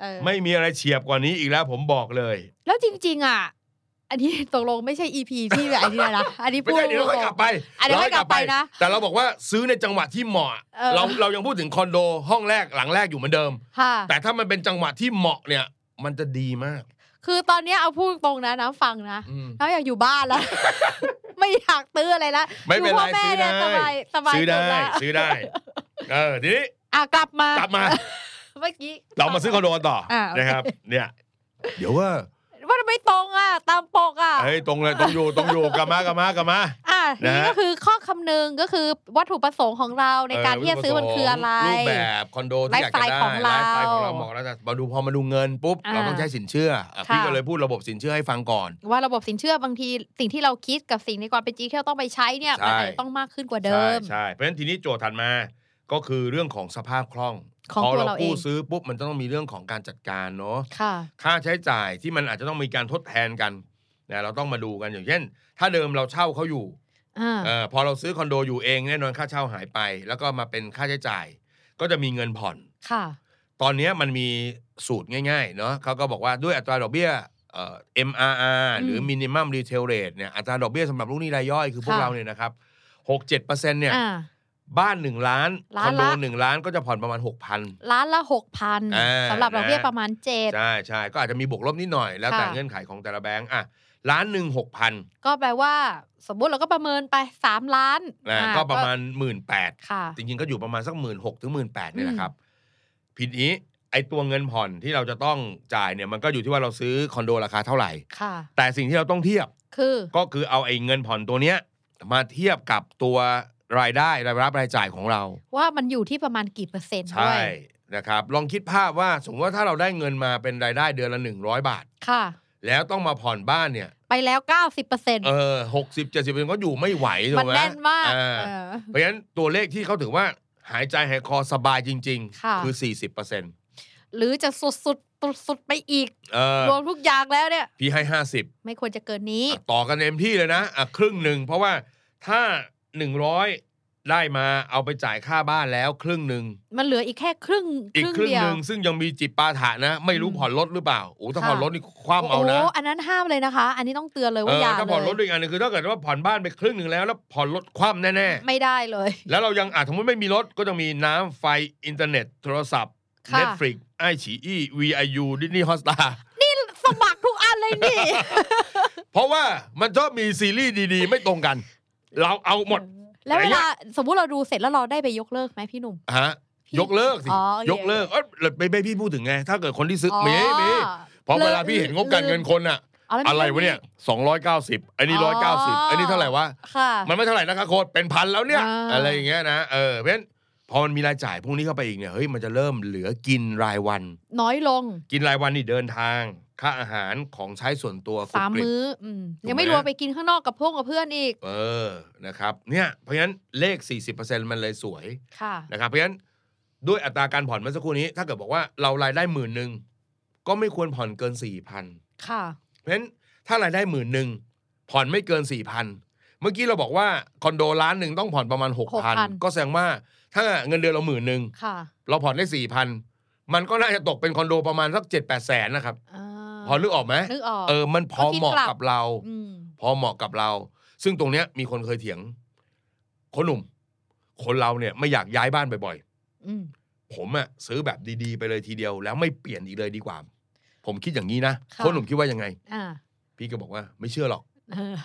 เออ ไม่มีอะไรเฉียบกว่านี้อีกแล้วผมบอกเลย แล้วจริง ๆ อ่ะ อันนี้ตกลงไม่ใช่ EP ที่แบบอันนี้นะอันนี้ ไม่ พูด ใช่เดี๋ยวเราค่อยกลับไป อ่ะเดี๋ยวค่อยกลับไปนะ แต่เราบอกว่าซื้อในจังหวะที่เหมาะ เออ เราเรายังพูดถึงคอนโดห้องแรกหลังแรกอยู่เหมือนเดิม ค่ะ แต่ถ้ามันเป็นจังหวะที่เหมาะเนี่ย มันจะดีมาก คือตอนเนี้ยเอาพูดตรงนะน้ำฟังนะ อืม น้ำอยากอยู่ <laughs> บ้านแล้ว ไม่อยากตื้ออะไรละ ไม่เป็นอยู่ไรพ่อแม่เนี่ย ซื้ ส อได้ บายสบาย ซื้อได้ สุละ ซื้อได้เออทีนี้ อ่ะกลับมาก ลับมา เมื่อกี้ เรามาซื้อคอนโดกันต่อ อ่าโอเค นะครับ เนี่ย เดี๋ยวว่า ว่าไม่ตรงอ่ะ ตามปกอ่ะ เฮ้ยตรงเลยตรงอยู่ตรงอยู่กลับมากลับมากลับมา อ่ะ นะ นี่ ฮะ ก็คือข้อคำนึงก็คือวัตถุประสงค์ของเราในการที่จะซื้อมันคืออะไร รูปแบบคอนโดที่อยากจะ ไลฟ์สไตล์ของได้เรา ไลฟ์สไตล์ของเราบอกแล้วแต่มาดูพอมาดูเงินปุ๊บ อ่า เราต้องใช้สินเชื่ออ่ะพี่ ค่ะ ก็เลยพูดระบบสินเชื่อให้ฟังก่อน ว่าระบบสินเชื่อบางทีสิ่งที่เราคิดกับสิ่งในความเป็นจริงที่เราต้องไปใช้เนี่ย ใช่ มันอาจจะต้องมากขึ้นกว่าเดิ ใช่ ม ใช่เพราะฉะนั้นทีนี้โจทย์ถัดมาก็คือเรื่องของสภาพคล่อง ของ พอ ตัว เรา เราเอง กู้ซื้อปุ๊บมันต้องมีเรื่องของการจัดการเนาะ ค่ะ ค่าใช้จ่ายที่มันอาจจะต้องมีการทดแทนกันนะเราต้องมาดูกันอย่างเช่น ถ้าเดิมเราเช่าเขาอยู่ อ่า เออพอเราซื้อคอนโดอยู่เองแน่นอนค่าเช่าหายไป แล้วก็มาเป็นค่าใช้จ่าย ก็จะมีเงินผ่อน ค่ะ ตอนเนี้ยมันมีสูตรง่ายๆ เนาะเขาก็บอกว่าด้วยอัตราดอกเบี้ยเอ่อ MRR หรือ อืม minimum retail rate เนี่ยอัตราดอกเบี้ยสำหรับลูกหนี้รายย่อยคือพวก ค่ะ เราเนี่ยนะครับ6 7เปอร์เซ็นต์เนี่ย อ่า บ้าน 1 ล้าน ล้า คน อนโด ละ 1 ล้านก็จะผ่อนประมาณ 6,000 ล้านละหกพัน อ่า สำหรับดอกเบี้ย นะ ประมาณเจ็ด ใช่ใช่ก็อาจจะมีบวกลบนิดหน่อยแล้วแต่ ค่ะ เงื่อนไขของแต่ละแบงก์อ่ะล้านหนึ่งหกพัน ก็แปลว่า สมมุติเราก็ประเมินไปสามล้าน นะ อ่ ก็ประมาณ 1 8ื่นแปด ค่ะ จริงๆ ก็อยู่ประมาณสักหมื่นหกถึงหมื่นแปดนี่ยแห อืม ละครับผิดนี้ไอตัวเงินผ่อนที่เราจะต้องจ่ายเนี่ยมันก็อยู่ที่ว่าเราซื้อคอนโดราคาเท่าไหร่ ค่ะ แต่สิ่งที่เราต้องเทียบ คือ ก็คือเอาไอ้เงินผ่อนตัวเนี้ย มาเทียบกับตัวรายได้รายรับรายจ่ายของเรา ว่ามันอยู่ที่ประมาณกี่เปอร์เซ็นต์ด้ ใช่ วย นะครับ ลองคิดภาพว่าสมมติว่าถ้าเราได้เงินมาเป็นรายได้เดือนละ 100 บาท ค่ะ แล้วต้องมาผ่อนบ้านเนี่ย ไปแล้วเก้าสิบเปอร์เซ็นต์ เออหกสิบเจ็ดสิบเปอร์เซ็นต์ก็อยู่ไม่ไหวถู มันกไหม แน่นมาก อ่า เออ เพราะฉะนั้นตัวเลขที่เขาถือว่า หายใจหายคอสบายจริง ค่ะ ๆ คือ 40%เปอร์เซ็นต์ หรือจะสุดสุดสุดสุดๆไปอีก เออ รวมทุกอย่างแล้วเนี่ย พี่ให้ 50 ไม่ควรจะเกินนี้ อ่ะต่อกันเต็มที่เลยนะอ่ะครึ่งหนึ่งเพราะว่าถ้าหนึ่งร้อยได้มาเอาไปจ่ายค่าบ้านแล้วครึ่งหนึ่ง มันเหลืออีกแค่ครึ่ง อีกครึ่ง เดีย ห ว นึ่งซึ่งยังมีจิปาถะนะ ไม่รู้ อืม ผ่อนลดหรือเปล่าโอ้ถ้า ค่ะ ผ่อนลดนี่คว่ำเอานะ โอ้อันนั้นห้ามเลยนะคะ อันนี้ต้องเตือนเลย เอ ว่า อ อย่า ถ้าผ่อนลด เล อี ย กอันหนึงคือถ้าเกิดว่าผ่อนบ้านไปครึ่งหนึ่งแล้วแล้วผ่อนลดคว่ำแน่ ไม่ได้เลย <laughs> ๆ แล้วเรายังอาจสมมติไม่มีรถก็จะมีน้ำไฟอินเทอร์เน็ต โทรศัพท์ ค่ะ Netflix ไอฉีอี VIU ดิสนีย์ฮ <laughs> อสตา สมัครทุกอันเลยนี่ เพราะว่ามันชอบมีซีรีส์ดีๆ ไม่ตรงกัน เราเอาหมด แล้วเว ระยะ ลาสมมุติเราดูเสร็จแล้วเราได้ไปยกเลิกไหมพี่หนุ่ม ฮะ พี่ ยกเลิกสิ อ๋อโอเค ยกเลิกเออไม่ไม่พี่พูดถึงไง ถ้าเกิดคนที่ซื้อ อ๋อ มีมีเพราะ ม เวลาพี่เห็นงบการเงินคนอะ เอาแล้ว อะไร ม่ วะเนี่ยสองร้อยเก้าสิบอันนี้ อ๋ ร้อยเก้าสิบอันนี้เท่าไหร่วะ ค่ะ มันไม่เท่าไหร่นะคะโค้ดเป็นพันแล้วเนี่ย อ่า อะไรอย่างเงี้ยนะเออเพราะฉะนั้นพอมันมีรายจ่ายพวกนี้เข้าไปอีกเนี่ยเฮ้ยมันจะเริ่มเหลือกินรายวัน น้อยลง กินรายวันนี่เดินทาง ค่าอาหารของใช้ส่วนตัวกรุบ สาม กริบ มื้ออืม ถูกไหม ยังไม่รวมไปกินข้างนอกกับพวกกับเพื่อนอีก เออนะครับเนี่ยเพราะฉะนั้นเลข 40%มันเลยสวย ค่ะ นะครับเพราะฉะนั้นด้วยอัตราการผ่อนเมื่อสักครู่นี้ ถ้าเกิดบอกว่าเรารายได้หมื่นหนึ่งก็ไม่ควรผ่อนเกินสี่พัน ค่ะ เพราะฉะนั้นถ้ารายได้หมื่นหนึ่งผ่อนไม่เกินสี่พันเมื่อกี้เราบอกว่าคอนโดล้านหนึ่งต้องผ่อนประมาณหกพัน 6,000 ก็แสดงว่าถ้าเงินเดือนเราหมื่นหนึ่ง ค่ะ เราผ่อนได้สี่พันมันก็น่าจะตกเป็นคอนโดประมาณสักเจ็ดแปดแสนนะครับ อ่า พอนึกออกไหม นึกออก เออมันพอเหมาะ ก็คิดกลับ กับเรา ม พอเหมาะกับเรา ซึ่งตรงเนี้ยมีคนเคยเถียงคนหนุ่ม คนเราเนี่ยไม่อยากย้ายบ้านบ่อยๆ อืม ผมอะซื้อแบบดีๆ ไปเลยทีเดียว แล้วไม่เปลี่ยนอีกเลยดีกว่า ผมคิดอย่างนี้นะ ะ คนหนุ่มคิดว่ายังไง อ่า พี่ก็บอกว่าไม่เชื่อหรอก เออ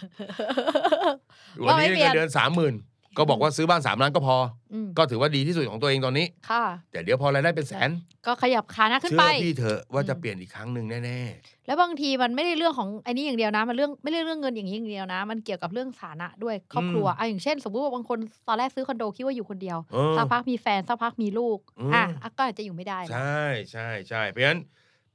วันนี้ ว่าไม่เปลี่ เงิ ยน นเดือนสามหมื่นก็บอกว่าซื้อบ้านสามล้านก็พอ อืม ก็ถือว่าดีที่สุดของตัวเองตอนนี้ ค่ะ แต่เดี๋ยวพอรายได้เป็นแสน ก็ขยับขาหน้าขึ้น เชื่ ไป อพี่เถอะว่าจะ อืม เปลี่ยนอีกครั้งหนึ่งแน่ แล้วบางทีมันไม่ได้เรื่องของไอ้นี่อย่างเดียวนะ มันเรื่องไม่ได้เรื่องเงินอย่างนี้อย่างเดียวนะ มันเกี่ยวกับเรื่องฐานะด้วยครอบครัวอ่ะอย่างเช่น สมมติว่าบางคนตอนแรกซื้อคอนโดคิดว่าอยู่คนเดียว ๆเออ สักพักมีแฟนสักพักมีลูก อืม อ่ะอ่ะก็อาจจะอยู่ไม่ได้ ใช่ใช่ใช่เพราะฉะนั้น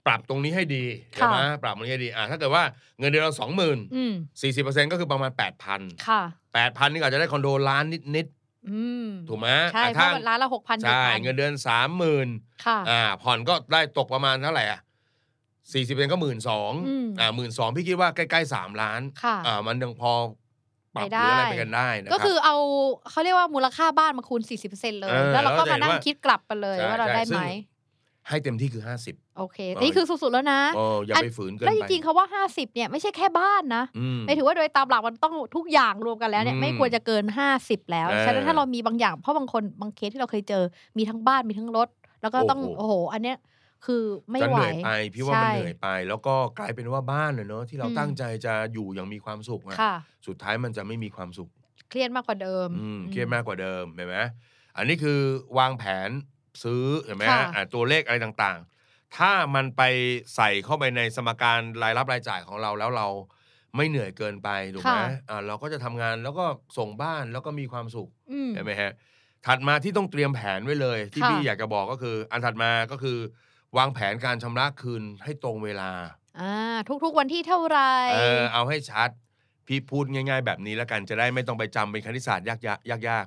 ปรับตรงนี้ให้ดีใช่ไหมปรับตรงนี้ให้ดีอ่ะถ้าเกิดว่าเงินเดือนเราสองหมื่น อืม สี่สิบเปอร์เซ็นต์ก็คือประมาณแปดพัน ค่ะ แปดพันนี่ก็อาจจะได้คอนโดล้านนิด อืม ๆถูกไหม ใช่ อ่ะ เพ ถ้า ราะร้านละหกพัน ใช่เงินเดือนสามหมื่น ค่ะ อ่าผ่อนก็ได้ตกประมาณเท่าไหร่อ่ะสี่สิบเปอร์เซ็นต์ก็หมื่นสอง อืม อ่าหมื่นสองพี่คิดว่าใกล้ๆสามล้าน ค่ะ อ่ามันยังพอปรับ ไป ห ได้ รืออะไรไปกันได้นะรับ ก็คือเอาเขาเรียกว่ามูลค่าบ้านมาคูณ 40%เลย เออ แล้วเราก็ แล้วก็ มานั่ง จะเห็นว่า คิดกลับไปเลย ใช่ ว่าเราได้ ใช่ซึ่ ไหม ง ให้เต็มที่คือห้าสิบ โอเค เออ แต่นี่คือสุดๆแล้วนะ โอ้อย่าไปฝืนเกิน แล้วจ ไป ริงๆเขาว่า 50 เนี่ยไม่ใช่แค่บ้านนะ อืม หมายถึงว่าโดยตามหลักมันต้องทุกอย่างรวมกันแล้วเนี่ อื ย ม ไม่ควรจะเกิน 50 แล้ว เออ ฉะนั้นถ้าเรามีบางอย่างเพราะบางคนบางเคสที่เราเคยเจอมีทั้งบ้านมีทั้งรถ แล้วก็ต้อง โอ้โห โอ้โห อันเนี้ยคือไม่ จะ ไห เห ว นื่อยไปพี่ว่ามันเหนื่อย ใช ไป แล้วก็กลายเป็นว่าบ้านน่ะเนอะที่เรา อืม ตั้งใจจะอยู่อย่างมีความสุข่ อะ ค่ะ สุดท้ายมันจะไม่มีความสุข เครียดมากกว่าเดิม อืมเครียดมากกว่าเดิมเห็นไหมอันนี้คือวางแผนซื้อเห็นไหม ค่ะ อ่ะตัวเลขอะไรต่างๆ ถ้ามันไปใส่เข้าไปในสมการรายรับรายจ่ายของเราแล้วเราไม่เหนื่อยเกินไปถูกไหม ค่ะ อ่ะเราก็จะทำงานแล้วก็ส่งบ้านแล้วก็มีความสุข อืม เห็นไหมฮะถัดมาที่ต้องเตรียมแผนไว้เลย ที่ ค่ะ พี่อยากจะบอกก็คือ อันถัดมาก็คือ วางแผนการชำระคืนให้ตรงเวลา อ่าทุกๆวันที่เท่าไหร เออเอาให้ชัด พี่พูดง่าย ๆ แบบนี้แล้วกันจะได้ไม่ต้องไปจำเป็นคณิตศาสตร์ยากๆยาก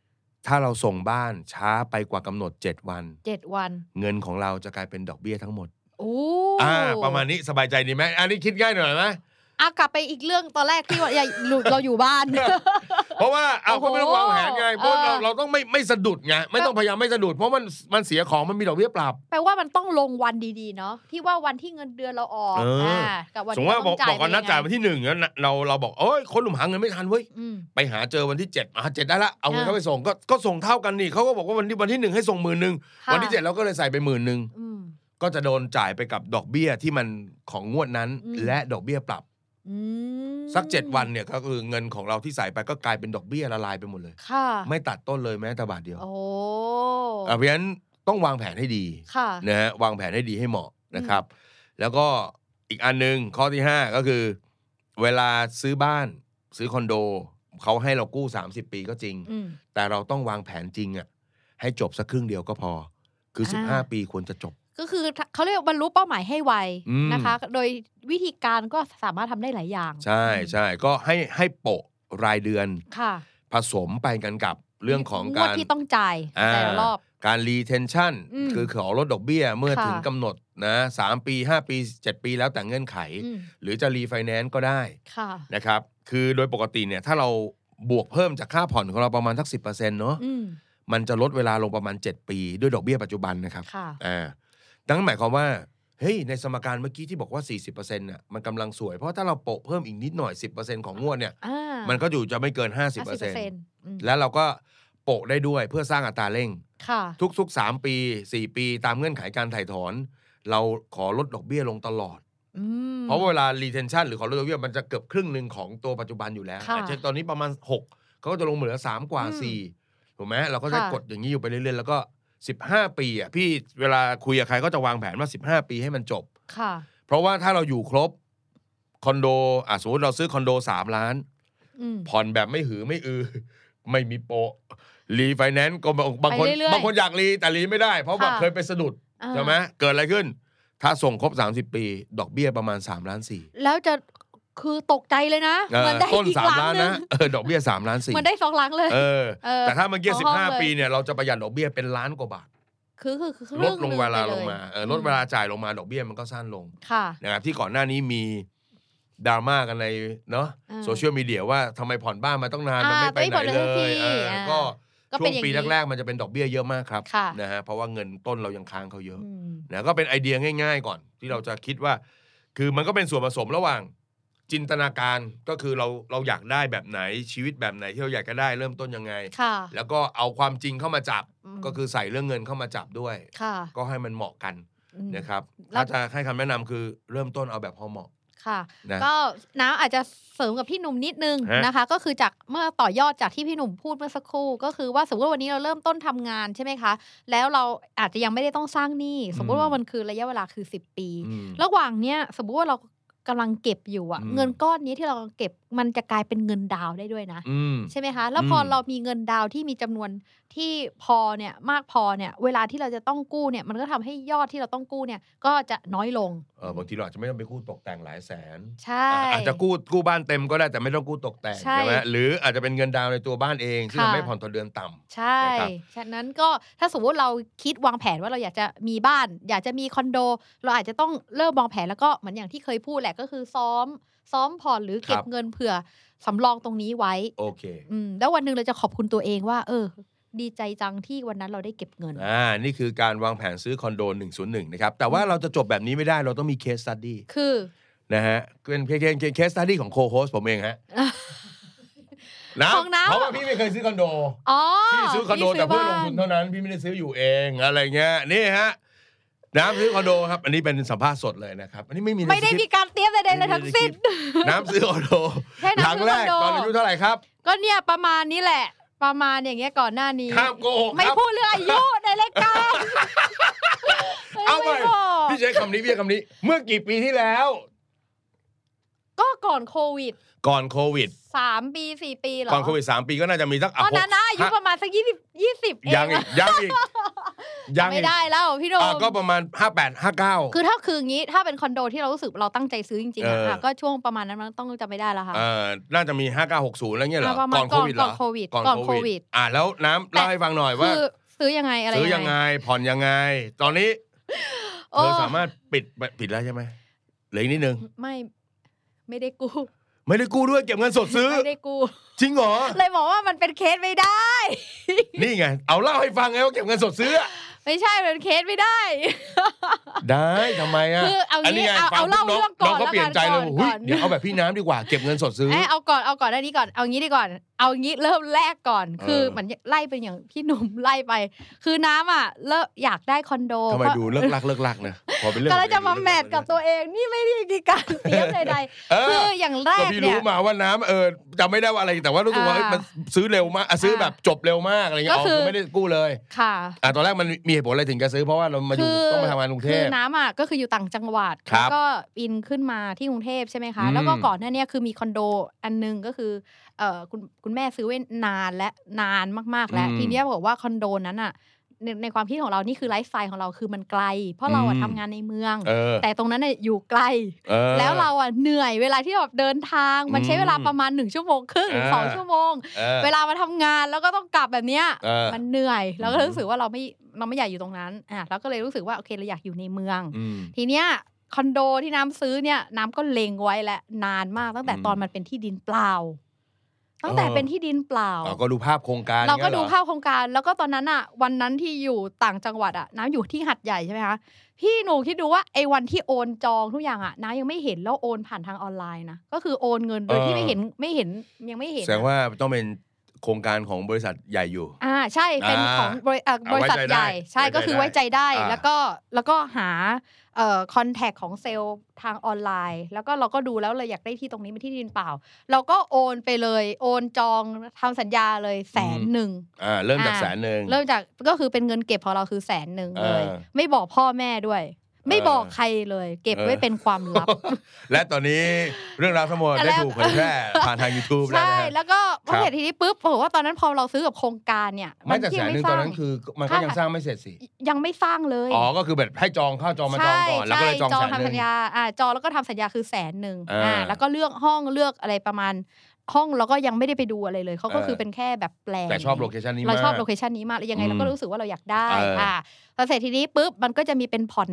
ๆถ้าเราส่งบ้านช้าไปกว่ากำหนด 7 วัน เจ็ดวัน เงินของเราจะกลายเป็นดอกเบี้ยทั้งหมด โอ้ อ่าประมาณนี้สบายใจดีไหมอันนี้คิดง่ายหน่อยไหม อ่ะกลับไปอีกเรื่องตอนแรกที่ว่าอย่าหลุดเราอยู่บ้าน <laughs> เพราะว่าเอา โอ้โห ก็ไม่ต้องวางแผนไงเพราะเรา เออ เราต้องไม่ไม่สะดุดไงไม่ต้องพยายามไม่สะดุดเพราะมันมันเสียของมันมีดอกเบี้ยปรับ แปลว่ามันต้องลงวันดีๆเนาะที่ว่าวันที่เงินเดือนเราออก เอออ่ ่ากับวัน สมม ที่ ติว่า เรา บ ต้อก งอจ่า บ ย อกวันนัด เป็ จ่าย ไง วันที่หนึ่งแล้วนะเราเราบอกเอ้ยคนหลุมหาเงินไม่ทันเว้ย อืม ไปหาเจอวันที่เจ็ดอ่ะเจ็ดได้ละเอาเงิน อ่า เข้าไปส่งก็ก็ส่งเท่ากันนี่เขาก็บอกว่าวันที่วันที่หนึ่งให้ส่งหมื่นหนึ่ง ค่ะ วันที่เจ็ดเราก็เลยใส่ไปหมื่นหนึ่ง อืม ก็จะโดนจ่ายไปกับดอกเบี้ยที่มันของงวดนั้น อืม และดอกเบี้ยปรับ อืม สักเจ็ดวันเนี่ยก็คือเงินของเราที่ใส่ไปก็กลายเป็นดอกเบี้ยละลายไปหมดเลย ค่ะ ไม่ตัดต้นเลยแม้แต่บาทเดียว โอ้ อ่ะเพราะฉะนั้นต้องวางแผนให้ดี ค่ะ นะฮะวางแผนให้ดีให้เหมาะนะครับ แล้วก็อีกอันหนึ่งข้อที่ห้าก็คือ เวลาซื้อบ้านซื้อคอนโดเขาให้เรากู้ 30 ปีก็จริง อืม แต่เราต้องวางแผนจริงอะให้จบสักครึ่งเดียวก็พอ คือ อ่า 15 ปีควรจะจบ ก็คือเขาเรียกว่าบรรลุเป้าหมายให้ไว อืม นะคะ โดยวิธีการก็สามารถทำได้หลายอย่าง ใช่ใช่ก็ให้ให้โปะรายเดือน ค่ะ ผสมไปกันกับ เรื่องของ ว กา ด ร ที่ต้องจ่าย อ่า แต่ละรอบ การรีเทนชัน อืม คือขอลดดอกเบี้ยเมื่อ ค่ะ ถึงกำหนดนะสามปี 5 ปี 7 ปีแล้วแต่เงื่อนไข อืม หรือจะรีไฟแนนซ์ก็ได้ ค่ะ นะครับ คือโดยปกติเนี่ยถ้าเราบวกเพิ่มจากค่าผ่อนของเราประมาณสักสิเนาะ อืม มันจะลดเวลาลงประมาณ 7 ปีด้วยดอกเบี้ยปัจจุบันนะครับ ค่ะ อ่าดังนั้นหมายความว่า เฮ้ย ในสมการเมื่อกี้ที่บอกว่า 40%น่ะ มันกำลังสวย เพราะถ้าเราโปะเพิ่มอีกนิดหน่อย 10%ของงวดเนี่ย อ่า มันก็อยู่จะไม่เกิน 50% 50% อืม แล้วเราก็โปะได้ด้วยเพื่อสร้างอัตราเร่ง ค่ะ ทุกๆ 3 ปี 4 ปีตามเงื่อนไขาการถ่ายถอน เราขอลดดอกเบี้ยลงตลอด อืม เพราะเวลา retention หรือขอลดดอกเบี้ยมันจะเกือบครึ่งหนึ่งของตัวปัจจุบันอยู่แล้ว ค่ะ อ่ะเช่นตอนนี้ประมาณ 6 เขาก็จะลงเหลือ 3 กว่า อืม 4 ถูกไหมเราก็จะ ค่ะ กดอย่างนี้อยู่ไปเรื่อยๆ แล้วก็ 15 ปีอ่ะพี่เวลาคุยกับใครก็จะวางแผนว่า 15 ปีให้มันจบ ค่ะ เพราะว่าถ้าเราอยู่ครบคอนโดอ่ะสมมติเราซื้อคอนโด 3 ล้าน อืม ผ่อนแบบไม่หือไม่อือ <laughs> ไม่มีโปะรีไฟแนนซ์ก็บางบางคน ไปเรื่อยๆ บางคนอยากรีแต่รีไม่ได้ เพราะ ค่ะ แบบเคยไปสะดุด อ่า ใช่ไหมเกิดอะไรขึ้น ถ้าส่งครบ 30 ปี ดอกเบี้ยประมาณ3ล้านสี่ แล้วจะคือตกใจเลยนะ เออ มัได้ ต้น อีก สาม หลัง ล้าน หนึ นะ ง เออดอกเบี้ยสามล้านสี่ มันได้สองหลังเลย เออ เออ แต่ถ้าเมื่อกี้ สอง สิ ห้ บ อง ห้า เลย ปีเนี่ยเราจะประหยัดดอกเบี้ยเป็นล้านกว่าบาท คือคือคือ ล เรื่ ด อง ลงเวลาลงมา ไปย เออลดเวลาจ่ายลงมาดอกเบี้ยมันก็สั้นลง ค่ะ นะครับที่ก่อนหน้านี้มีดราม่ากันในเนาะ อ่า โซเชียลมีเดียว่าทำไมผ่อนบ้านมาต้องนาน มัน อ่า ไม่ไปไหน ไม่ผ่อนเล เลย สักที ยเอออา ก็ ก็ ช่ เป็ วน ง อย่าง ปี นี้ แรกๆมันจะเป็นดอกเบี้ยเยอะมากครับ ค่ะ นะฮะเพราะว่าเงินต้นเรายังค้างเขาเยอะ อืม นะก็เป็นไอเดียง่ายๆก่อนที่เราจะคิดว่า คือมันก็เป็นส่วนผสมระหว่าง จินตนาการก็คือเราเราอยากได้แบบไหนชีวิตแบบไหนที่เราอยากจะได้เริ่มต้นยังไง ค่ะ แล้วก็เอาความจริงเข้ามาจับ อืม ก็คือใส่เรื่องเงินเข้ามาจับด้วย ค่ะ ก็ให้มันเหมาะกัน อืม นะครับ แล้ว ถ้าจะให้คำแนะนำคือเริ่มต้นเอาแบบพอเหมาะ ค่ะ นะ ก็น้ำอาจจะเสริมกับพี่หนุ่มนิดนึง ฮะ นะคะ ก็คือจากเมื่อต่อยอดจากที่พี่หนุ่มพูดเมื่อสักครู่ ก็คือว่าสมมติว่าวันนี้เราเริ่มต้นทำงานใช่ไหมคะ แล้วเราอาจจะยังไม่ได้ต้องสร้างหนี้สมมติว่า อืม มันคือระยะเวลาคือ 10 ปี อืม ระหว่างเนี้ยสมมติว่าเรากำลังเก็บอยู่อะ อืม เงินก้อนนี้ที่เราเก็บมันจะกลายเป็นเงินดาวน์ได้ด้วยนะ อืม ใช่ไหมคะ แล้วพออ ม เรามีเงินดาวน์ที่มีจำนวนที่พอเนี่ยมากพอเนี่ย เวลาที่เราจะต้องกู้เนี่ย มันก็ทำให้ยอดที่เราต้องกู้เนี่ย ก็จะน้อยลง เออบางทีเราอาจจะไม่ต้องไปกู้ตกแต่งหลายแสน ใช่ อ่ะอาจจะกู้กู้บ้านเต็มก็ได้แต่ไม่ต้องกู้ตกแต่ง ใช่ ใช่ไหมหรืออาจจะเป็นเงินดาวน์ในตัวบ้านเองที่ ค่ะ ทำให้ผ่อนต่อเดือนต่ำ ใช่ นะครับ ฉะนั้นก็ถ้าสมมติเราคิดวางแผนว่าเราอยากจะมีบ้าน อยากจะมีคอนโด เราอาจจะต้องเริ่มวางแผนแล้วก็เหมือนอย่างที่เคยพูดแหละก็คือซ้อม ซ้อมผ่อนหรือเก็บเงินเผื่อสำรองตรงนี้ไว้ โอเค อืมแล้ววันหนึ่งเราจะขอบคุณตัวเองว่า เออ ดีใจจังที่วันนั้นเราได้เก็บเงิน อ่า นี่คือการวางแผนซื้อคอนโด 101 นะครับ แต่ว่าเราจะจบแบบนี้ไม่ได้ เราต้องมีเคสตัดดี้ คือ นะฮะ เป็นเคสตัดดี้ของโคโฮสผมเอง <laughs> ฮะนะ ของน้ำ เพราะว่าพี่ไม่เคยซื้อคอนโด อ๋อ พี่ซื้อคอนโดแต่เพื่อลงทุนเท่านั้น พี่ไม่ได้ซื้ออยู่เองอะไรเงี้ย นี่ฮะ น้ำซื้อคอนโดครับ อันนี้เป็นสัมภาษณ์สดเลยนะครับ อันนี้ไม่มีใน ไม่ได้ สค มี ริปต์ การเตรียมใดๆเลยทั้งสิ้น น้ำซื้อคอนโด แค่ ห นั้ ลั น ง คือคแรอน ก โด ตอนอายุเท่าไหร่ครับ ก็เนี่ยประมาณนี้แหละ ประมาณอย่างเงี้ยก่อนหน้านี้ ห้ามโกหกครับ ไม่พูดเรื่องอายุในรายการ เอาไป ไม่บอก พี่ใช้คำนี้พี่ใช้คำนี้ เมื่อกี่ปีที่แล้ว ก็ก่อนโควิด ก่อนโควิด สามปีสี่ปีเหรอ ก่อนโควิดสามปีก็น่าจะมีสักะ ตอนนั้นนะอายุ หก ประมาณสักยี่สิบยี่สิบเอง ยังอีกยังอีกยังอี ไม่ ก ได้แล้วพี่โด อ่ะ ม ก็ประมาณ 58 59 คือถ้าคืองี้ถ้าเป็นคอนโดที่เรารู้สึกเราตั้งใจซื้อจริงๆเอออ่อะะก็ช่วงประมาณนั้นมันต้องจำไม่ได้แล้วค่ะ เอ่อน่าจะมี 5960อะไรเงี้ยเหรอ ประมา ก่ ณ อน ก่อโคน วิดเหก่รอ อน โควิด ก่อน ก่อน โค โค วิ วิ ด ด อ่ะแล้วน้ำเล่าให้ฟังหน่อยว่า คือซื้อยังไงอะไร ซื้อยังไงผ่อนยังไง ตอนนี้เธ โอ้ อสามารถปิดปิดแล้วใช่ไหมเหลืออีกนิดนึง ไม่ ไม่ได้กู้ ไม่ได้กู้ด้วยเก็บเงินสดซื้อ ไม่ได้กู้ จริงเหรอ เลยบอกว่ามันเป็นเคสไม่ได้ นี่ไง เอาเล่าให้ฟังไงว่าเก็บเงินสดซื้ออะ ไม่ใช่มันเป็นเคสไม่ได้ ได้ทำไมอ่ะ คือเอางี้ นี้ไง เอา ฟั เอาเล่า ปุ๊บ เรื่องก่อน น้องเขาเปลี่ยนใจเลย แล้วกัน เฮ้ย ก่อน เดี๋ยวเอาแบบพี่น้ำดีกว่าเก็บเงินสดซื้อ เอยเอาก่อนเอาก่อนหน้านี้ก่อนเอางี้ดีก่อน เอางี้เริ่มแรกก่อน เออ คือเหมือนไล่เป็นอย่างพี่หนุ่ม ไล่ไป คือน้ำอ่ะเลิกอยากได้คอนโด ทำไม เพราะ ดูเลิกลักเลิกลักนะพอเป็นเรื่อง ก็เลยจะมา เลิก แม ลั ทกับตัวเองนี่ไม่ได้มีการเตรียมใด เอ ๆคือ ออย่างแร ก็ ก พี่ เนี่ รู้ ย มาว่าน้ำเออจำไม่ได้ว่าอะไรแต่ว่ารู้สึกว่า อ่า เอ้ยมันซื้อเร็วมากอ่ะซื้อแบบจบเร็วมากอะไรเงี้ย ก็ อ๋อ คือ คือไม่ได้กู้เลย ค่ะ อ่ะตอนแรกมันมีเหตุผลอะไรถึงจะซื้อเพราะว่าเรามาอยู่ คือ ต้องมาทำงานกรุงเท คือ พ น้ำอ่ะก็คืออยู่ต่างจังหวัด ครับ แล้วก็บินขึ้นมาที่กรุงเทพใช่ไหมคะ อืม แล้วก็ก่อนหน้าเนี้คือมีคอนโดอันหนึงก็คือเออคุณคุณแม่ซื้อไว้นานและนานมากๆแล้ว อืม ทีเนี้ยบอกว่าคอนโดนั้นอ่ะ ในในความคิดของเรานี่คือไลฟ์สไตล์ของเราคือมันไกล เพราะเราอะ อืม ทำงานในเมือง เออ แต่ตรงนั้นน่ะอยู่ไกล เออ แล้วเราอ่ะเหนื่อยเวลาที่แบบเดินทาง มันใช้เวลา อืม ประมาณหนึ่งชั่วโมงครึ่ง เออ สองชั่วโมง ออ เวลามาทำงานแล้วก็ต้องกลับแบบเนี้ย เออ มันเหนื่อยเราก็ อืม รู้สึกว่าเราไม่เราไม่อยากอยู่ตรงนั้นอ่ะเราก็เลยรู้สึกว่าโอเคเราอยากอยู่ในเมือง อืม ทีเนี้ยคอนโดที่น้ำซื้อเนี่ยน้ำก็เล็งไว้และนานมากตั้งแต่ อืม ตอนมันเป็นที่ดินเปล่า ตั้งแต่ เออ เป็นที่ดินเปล่า เราก็ดูภาพโครงการ เราก็ อย่ ดู งงี้ยหอ ภาพโครงการแล้วก็ตอนนั้นอะวันนั้นที่อยู่ต่างจังหวัดอะน้ำอยู่ที่หัดใหญ่ใช่ไหมคะพี่หนูคิดดูว่าไอ้วันที่โอนจองทุกอย่างอะน้ายังไม่เห็นแล้วโอนผ่านทางออนไลน์นะก็คือโอนเงินโดย เออ ที่ไม่เห็นไม่เห็นยังไม่เห็น แสดงว่าต้องเป็นโครงการของบริษัทใหญ่อยู่ อ่าใช่เป็น อ่า ของบริเอ่อ เอา บริษัท ไว้ใจ ใหญ่ ได้ ใช่ ไว้ใจ ก็คือ ได้ ไว้ใจได้ อ่า แล้วก็แล้วก็หาเอ่อคอนแทคของเซลล์ทางออนไลน์ แล้วก็เราก็ดูแล้วเลยอยากได้ที่ตรงนี้เป็นที่ดินเปล่า เราก็โอนไปเลย โอนจองทำสัญญาเลยแสนหนึ่ง อ่าเริ่มจาก อ่า แสนหนึ่ง เริ่มจากก็คือเป็นเงินเก็บของเราคือแสนหนึ่งเลย เออ ไม่บอกพ่อแม่ด้วย ไม่บอกใครเลย เก็บไว้ เออ เป็นความลับ <laughs> และตอนนี้เรื่องราวทั้งหมดได้ แล้ว ถูกเผยแพร่ผ่านทาง YouTube แล้ว ใช่ นะฮะ แล้วก็พ ครั อบ เสร็จทีนี้ปุ๊บผมว่าตอนนั้นพอเราซื้อกับโครงการเนี่ย ไม่แต่ ที่ แสนหนึ่งตอนนั้นคือมันก็ยังสร้างไม่เสร็จสิ ยังไม่สร้างเลย อ๋อ ก็คือแบบให้จองเข้าจองมาจองก่อน แล้วก็เลยจอง จอง แสนห ทำสั นึ่ง ญญาอ่าจองแล้วก็ทำสัญญาคือแสนหนึ่ง เอออ่ าแล้วก็เลือกห้องเลือกอะไรประมาณ ห้องเราก็ยังไม่ได้ไปดูอะไรเลยเขาก็ เออ คือเป็นแค่แบบแปลง แต่ชอบโลเคชันนี้มาก เราชอบโลเคชันนี้มากแล้วยังไง อืม เราก็รู้สึกว่าเราอยากได้ เอออ่ อ่าพอเสร็จทีนี้ปุ๊บมันก็จะมีเป็นผ่อน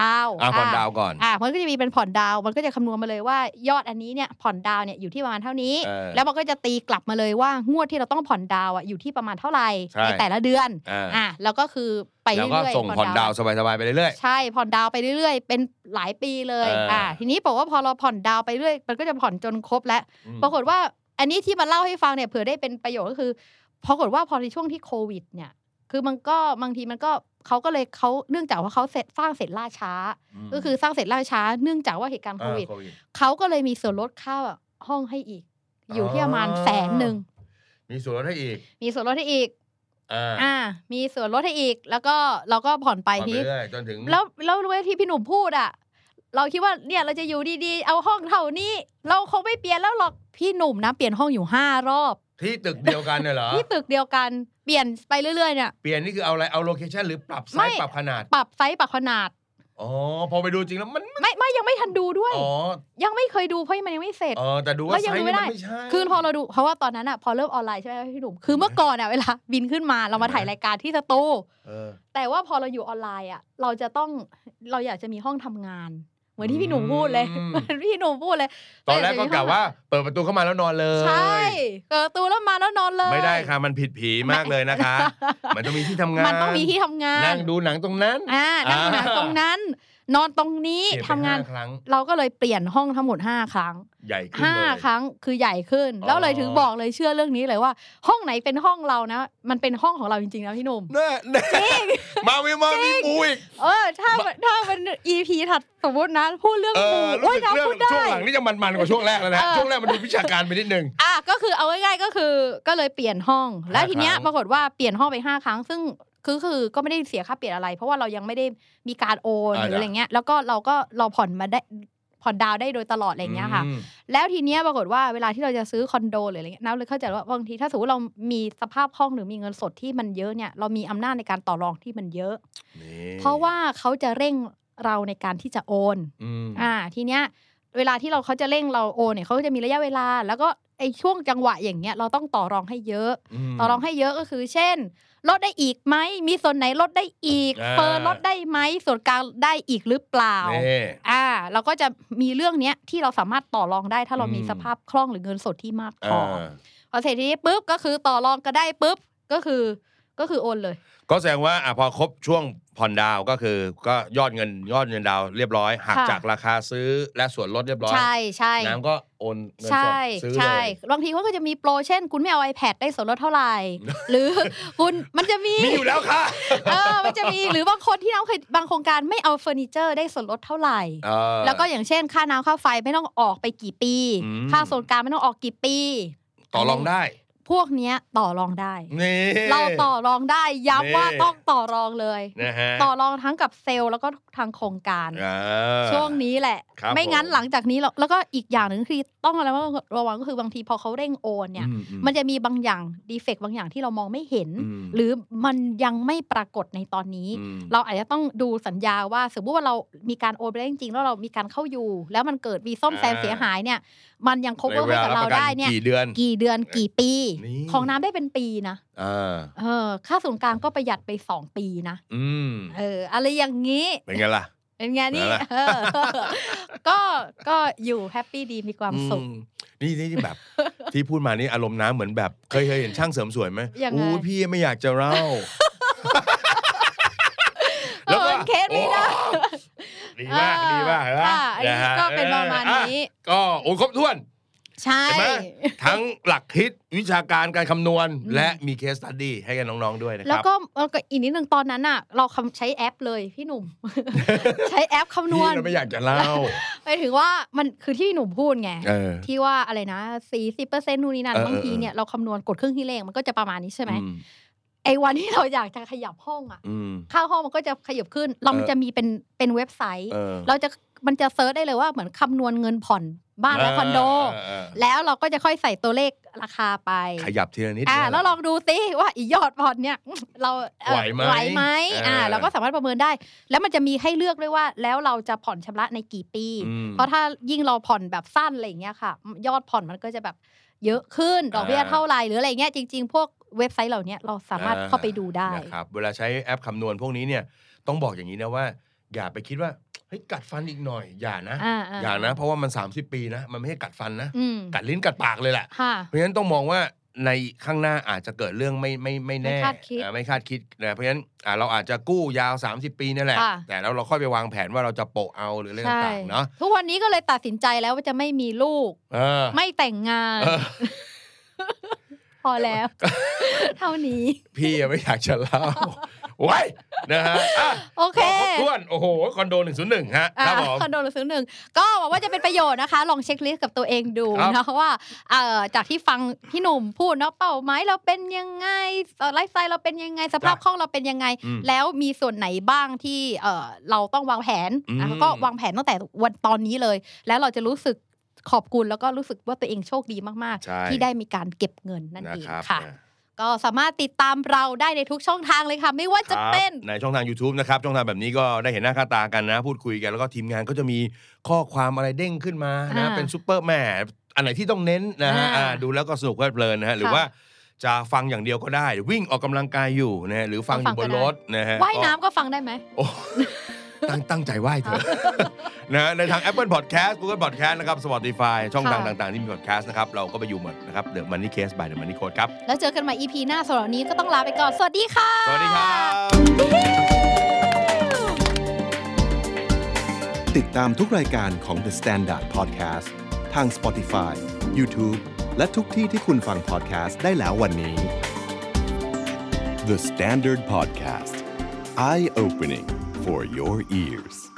ดาว อ่ะผ่อนดาวก่อน อ่ามันก็จะมีเป็นผ่อนดาวมันก็จะคำนวณมาเลยว่ายอดอันนี้เนี่ยผ่อนดาวเนี่ยอยู่ที่ประมาณเท่านี้ เออ แล้วมันก็จะตีกลับมาเลยว่างวดที่เราต้องผ่อนดาวอ่ะอยู่ที่ประมาณเท่าไหร่ ใช่ ในแต่ละเดือน อ่า อ่าแล้วก็คือไป แล้ว เรื่ ก็ อยๆ ส่งผ่อนดาวน์สบายๆไปเรื่อย ใช่ผ่อนดาวไปเรื่อยๆ เป็นหลายปีเลย เอออ่ อ่าทีนี้บอกว่าพอเราผ่อนดาวไปเรื่อยมันก็จะผ่อนจนครบแล้ว ๆอืม ปรากฏว่าอันนี้ที่มาเล่าให้ฟังเนี่ยเผื่อได้เป็นประโยชน์ก็คือปรากฏว่าพอในช่วงที่โควิดเนี่ย คือมันก็บางทีมันก็เขาก็เลยเขาเนื่องจากว่าเขาเสร็จสร้างเสร็จล่าช้า ก็คือสร้างเสร็จล่าช้า เนื่องจากว่าเหตุการณ์โควิดเขาก็เลยมีส่วนลดค่าห้องให้อีก อยู่ที่ประมาณ อ๋อ แสนหนึ่ง มีส่วนลดให้อีก มีส่วนลดให้อีก อ่า อ่า มีส่วนลดให้อีก แล้วก็เราก็ผ่อนไป ผ่อนไป ที เรื่อยๆจนถึง แล้วแล้วรู้ไหมที่พี่หนุ่มพูดอ่ะ เราคิดว่าเนี่ยเราจะอยู่ดีๆ เอาห้องเท่านี้ เราคงไม่เปลี่ยนแล้วหรอกพี่หนุ่มนะเปลี่ยนห้องอยู่ห้ารอบ ที่ตึกเดียวกันเนี่ยเหรอ ที่ตึกเดียวกันเปลี่ยนไปเรื่อยๆเนี่ย เปลี่ยนนี่คือเอาอะไร เอาโลเคชันหรือปรับไซ ไม่ ส์ปรับขนาด ปรับไซส์ปรับขนาด อ๋อ พอไปดูจริงแล้วมัน ไม่ไม่ยังไม่ทันดูด้วย อ๋อ ยังไม่เคยดูเพราะมันยังไม่เสร็จ เออแต่ดูว่า เรายังไซส์ ดู นี่ ไม่ มัน ได้ ไม่ใช่ คือพอเราดูเพราะว่าตอนนั้นอ่ะพอเริ่มออนไลน์ใช่ไหมพี่หนุ่มคือเมื่อก่อนอ่ะเวลาบินขึ้นมาเรามาถ่ายรายการที่สตู เออ แต่ว่าพอเราอยู่ออนไลน์อ่ะเราจะต้องเราอยากจะมีห้องทำงาน เหมือนที่พี่หนุ่มพูดเลย อืม เหมือนพี่หนุ่มพูดเลย ตอนแรกก็กล่าวว่า เปิดประตูเข้ามาแล้วนอนเลย ใช่เปิดประตูแล้วมาแล้วนอนเลย ไม่ได้ค่ะ มันผิดผีมากเลยนะคะ มันต้องมีที่ทำงา <laughs> นมันต้องมีที่ทำงาน นั่งดูหนังตรงนั้น อ่านั่งดูหนัง อ่า ตรงนั้น นอนตรงนี้ เปลี่ยนไป ทำงาน ห้ครั้ง เราก็เลยเปลี่ยนห้องทั้งหมด 5 ครั้ง ใหญ่ขึ้นเลย 5 ครั้งคือใหญ่ขึ้น อ๋อ แล้วเลยถึงบอกเลยเชื่อเรื่องนี้เลยว่า ห้องไหนเป็นห้องเรานะ มันเป็นห้องของเราจริงๆนะพี่หนุ่ม แน่แน่มาวิวมามีปูอีก เออ ถ้าถ้าเป็น EP ถัดสมมตินะ พูดเรื่อง เอ ปู อรู้ โอ้ย สึก นะ เรื่อง พูดได้ ช่วงหลังนี่จะมันๆกว่าช่วงแรกแล้วนะฮะ เออ ช่วงแรกมันดูวิชาการไปนิดนึง อ่ะก็คือเอาง่ายๆก็คือก็เลยเปลี่ยนห้อง แล้วทีเนี้ย ห้าครั้ง ปรากฏว่าเปลี่ยนห้องไป 5 ครั้ง ซึ่งคือคือก็ไม่ได้เสียค่าเปลี่ยนอะไร เพราะว่าเรายังไม่ได้มีการโอนหรืออะไรเงี้ยแล้วก็เราก็เราผ่อนมาได้ผ่อนดาวน์ได้โดยตลอดอะไรเงี้ยค่ะ อืม แล้วทีเนี้ยปรากฏว่าเวลาที่เราจะซื้อคอนโดหรืออะไรเงี้ยน้ำเลยเข้าใจว่าบางทีถ้าสมมติเรามีสภาพคล่องหรือมีเงินสดที่มันเยอะเนี่ยเรามีอำนาจในการต่อรองที่มันเยอะ นี่ เพราะว่าเขาจะเร่งเราในการที่จะโอน อืม อ่าทีเนี้ยเวลาที่เราเขาจะเร่งเราโอนเนี่ยเขาก็จะมีระยะเวลา แล้วก็ไอช่วงจังหวะอย่างเงี้ยเราต้องต่อรองให้เยอะ ม ต่อรองให้เยอะก็คือ เช่น ลดได้อีกไหมมีส่วนไหนลดได้อีก อ่า เฟิร์นลดได้ไหมส่วนกลางได้อีกหรือเปล่า นี่ อ่าเราก็จะมีเรื่องเนี้ยที่เราสามารถต่อรองได้ถ้าเรา อืม มีสภาพคล่องหรือเงินสดที่มากพอ อ่า พอเสร็จทีนี้ปุ๊บก็คือต่อรองก็ได้ปุ๊บก็คือก็คือโอนเลย ก็แสดงว่าอ่ะพอครบช่วงผ่อนดาวน์ก็คือก็ยอดเงินยอดเงินดาวน์เรียบร้อยหัก ค่ะ จากราคาซื้อและส่วนลดเรียบร้อย ใช่ใช่ น้ำก็โอนเงินส ใช่ ดซื้อเล ใช่ ย บางทีเขาก็จะมีโปรเช่น คุณไม่เอา iPad ได้ส่วนลดเท่าไห <laughs> ร่ หรือคุณมันจะมี มีอยู่แล้วค่ะ เออมันจะมีหรือบางคนที่น้ำเคยบางโครงการไม่เอาเฟอร์นิเจอร์ได้ส่วนลดเท่าไหร่ เออ แล้วก็อย่างเช่น ค่าน้ำค่าไฟไม่ต้องออกไปกี่ปี อืม ค่าส่วนกลางไม่ต้องออกกี่ปี ต่อรองได้ พวกเนี้ยต่อรองได้ นี่ เราต่อรองได้ย้ำว่า นี่ ต้องต่อรองเลย นะฮะ ต่อรองทั้งกับเซลล์แล้วก็ทางโครงการ อ่า ช่วงนี้แหละ ครับ ไม่งั้น ผม หลังจากนี้เราแล้วก็อีกอย่างหนึ่งคือต้องอะไรว่าระวังก็คือบางทีพอเขาเร่งโอนเนี่ย อือื มันจะมีบางอย่างดีเฟกบางอย่างที่เรามองไม่เห็น ม หรือมันยังไม่ปรากฏในตอนนี้ ม เราอาจจะต้องดูสัญญาว่าสมมติว่าเรามีการโอนไปแล้วจริงๆแล้วเรามีการเข้าอยู่ แล้วมันเกิดวีซ่อมแซม อ่า เสียหายเนี่ย มันยัง cover ให้กับเราได้เนี่ย กี่เดือน กี่เดือนกี่ปี นี่ ของน้ำได้เป็นปีนะ อ่า เออ ค่าส่วนกลางก็ประหยัดไปสองปีนะ อืม เออ อะไรอย่างนี้ เป็นไงล่ะ เป็นไงนี่ เอาล่ะ เอ <laughs> อก็ก็อยู่แฮปปี้ดีมีความสุข อืมนี่นี่แบบ ที่พูดมานี่อารมณ์น้ำเหมือนแบบ เคยเคยเห็นช่างเสริมสวยไหม ยังไง อู้พี่ไม่อยากจะเล่า แล้วก็ เออเคสไม่ได้ โอ้ดีมาก เออ ดีมากเห็นไหม ค่ะอัน นะ นี้ ฮะ ก็เป็นประมาณ อ่ นี้ ก็โอ้ครบถ้วน ใช่ เห็นไหม ทั้งหลักคิดวิชาการการคำนวณ อืม และมีเคสตัดดี้ให้กับน้อง ๆ ด้วยนะค แล้ว รับ ก็แล้วก็อีกนิดหนึ่งตอนนั้นอ่ะ เราคำใช้แอปเลยพี่ห <laughs> นุ่ม ใช้แอปคำน พี่ วณ เราไม่อยากจะเล่า ไปถึงว่ามันคือที่พี่หนุ่มพูดไง เออ ที่ว่าอะไรนะสี่สิบเปอร์เซ็นต์นู่นนี่นั่น เออเออ บางทีเนี่ยเราคำนวณกดเครื่องที่เลขมันก็จะประมาณนี้ใช่ไหม อื ไอ้วันที่เราอยากจะขยับห้องอ่ะ อืม ค่าห้องมันก็จะขยับขึ้น เรามัน เออ จะมีเป็นเป็นเว็บไซต์ เออ เราจะมันจะเซิร์ชได้เลยว่าเหมือนคำนวณเงินผ่อนบ้านและคอนโด เออเออ แล้วเราก็จะค่อยใส่ตัวเลขราคาไป ขยับทีละนิด อ่า เนี่ย แล้ว ห ล ร องดูสิว่าอียอดผ่อนเนี่ย <sniffs> เราเอ่อ ไหวไหม ไหวไหมอ่า เออ เราก็สามารถประเมินได้ แล้วมันจะมีให้เลือกด้วยว่า แล้วเราจะผ่อนชำระในกี่ปี อืม เพราะถ้ายิ่งเราผ่อนแบบสั้นอะไรอย่างเงี้ยค่ะ ยอดผ่อนมันก็จะแบบเยอะขึ้นดอกเบี้ย อ่า เท่าไหร่หรืออะไรเงี้ยจริง ๆ พวกเว็บไซต์เหล่าเนี้ยเราสามารถเข้าไปดูได้ นะครับเวลาใช้แอปคำนวณพวกนี้เนี่ยต้องบอกอย่างนี้นะว่า อย่าไปคิดว่าเฮ้ยกัดฟันอีกหน่อย อย่านะ อ่า อย่านะ เพราะว่ามัน 30 ปีนะ มันไม่ใช่กัดฟันนะ อืม กัดลิ้นกัดปากเลยแหละ ค่ะ เพราะฉะนั้นต้องมองว่าในข้างหน้าอาจจะเกิดเรื่องไม่ไม่ไม่แน่ ไม่คาดคิด อ่ไม่คาดคิดนะเพราะฉะนั้นอ่าเราอาจจะกู้ยาว 30 ปีนั่นแหละ ค่ะ แต่แล้วเราค่อยไปวางแผนว่าเราจะโปะเอาหรืออะไร ใช่ ต่างๆเนาะ ทุกวันนี้ก็เลยตัดสินใจแล้วว่าจะไม่มีลูก เออ ไม่แต่งงาน เออ พอ <laughs> แล้ว เท่านี้ พี่ยังไม่อยากจะ <laughs> เล่าไว้นะฮะอ่ะ โอเค ขบถ้วนโอ้โหคอนโด101ฮะ อ่า ครับผม คอนโดหรือซื้อหนึ่ง ก็หวังว่าจะเป็นประโยชน์นะคะ ลองเช็คลิสต์กับตัวเองดู ครับ นะว่าเอ่อจากที่ฟังพี่หนุ่มพูดเนาะเป้าหมายเราเป็นยังไงเอ่อไลฟ์สไตล์เราเป็นยังไงสภาพคล่องเราเป็นยังไง อืม แล้วมีส่วนไหนบ้างที่เอ่อเราต้องวางแผนนะ อืม ก็วางแผนตั้งแต่วันตอนนี้เลย แล้วเราจะรู้สึกขอบคุณแล้วก็รู้สึกว่าตัวเองโชคดีมาก ใช่ ๆ ที่ได้มีการเก็บเงินนั่นเอง รับ ค่ะ น ก็สามารถติดตามเราได้ในทุกช่องทางเลยค่ะ ไม่ว่าจะ ครับ เป็น ในช่องทาง YouTube นะครับ ช่องทางแบบนี้ก็ได้เห็นหน้าค่าตากันนะ พูดคุยกัน แล้วก็ทีมงานก็จะมีข้อความอะไรเด้งขึ้นมานะ อ่า เป็นซูเปอร์แม่อันไหนที่ต้องเน้นนะฮะ อ่า อ่าดูแล้วก็สนุกเพลิดเพลินนะฮะหรือ ค่ะ ว่าจะฟังอย่างเดียวก็ได้ วิ่งออกกำลังกายอยู่นะฮะหรือฟังอ ฟั ยู่ ง บ ก็ น ได้ รถนะฮะ ว่ายน้ำก็ฟังได้ไหม โอ้ตั้งตั้งใจไหว้ <laughs> เถอะนะฮะในทาง Apple Podcast Google Podcast นะครับ Spotify ช่องทาง ค่ะ ต่างๆ ที่มี podcast นะครับเราก็ไปอยู่หมดนะครับ The Money Case by The Money Code ครับ แล้วเจอกันใหม่ EP หน้าสำหรับวันนี้ก็ต้องลาไปก่อน สวัสดีค่ะ สวัสดีครับ ติดตามทุกรายการของ The Standard Podcast ทาง Spotify, YouTube และทุกที่ที่คุณฟัง podcast ได้แล้ววันนี้ The Standard Podcast Eye Opening for Your Ears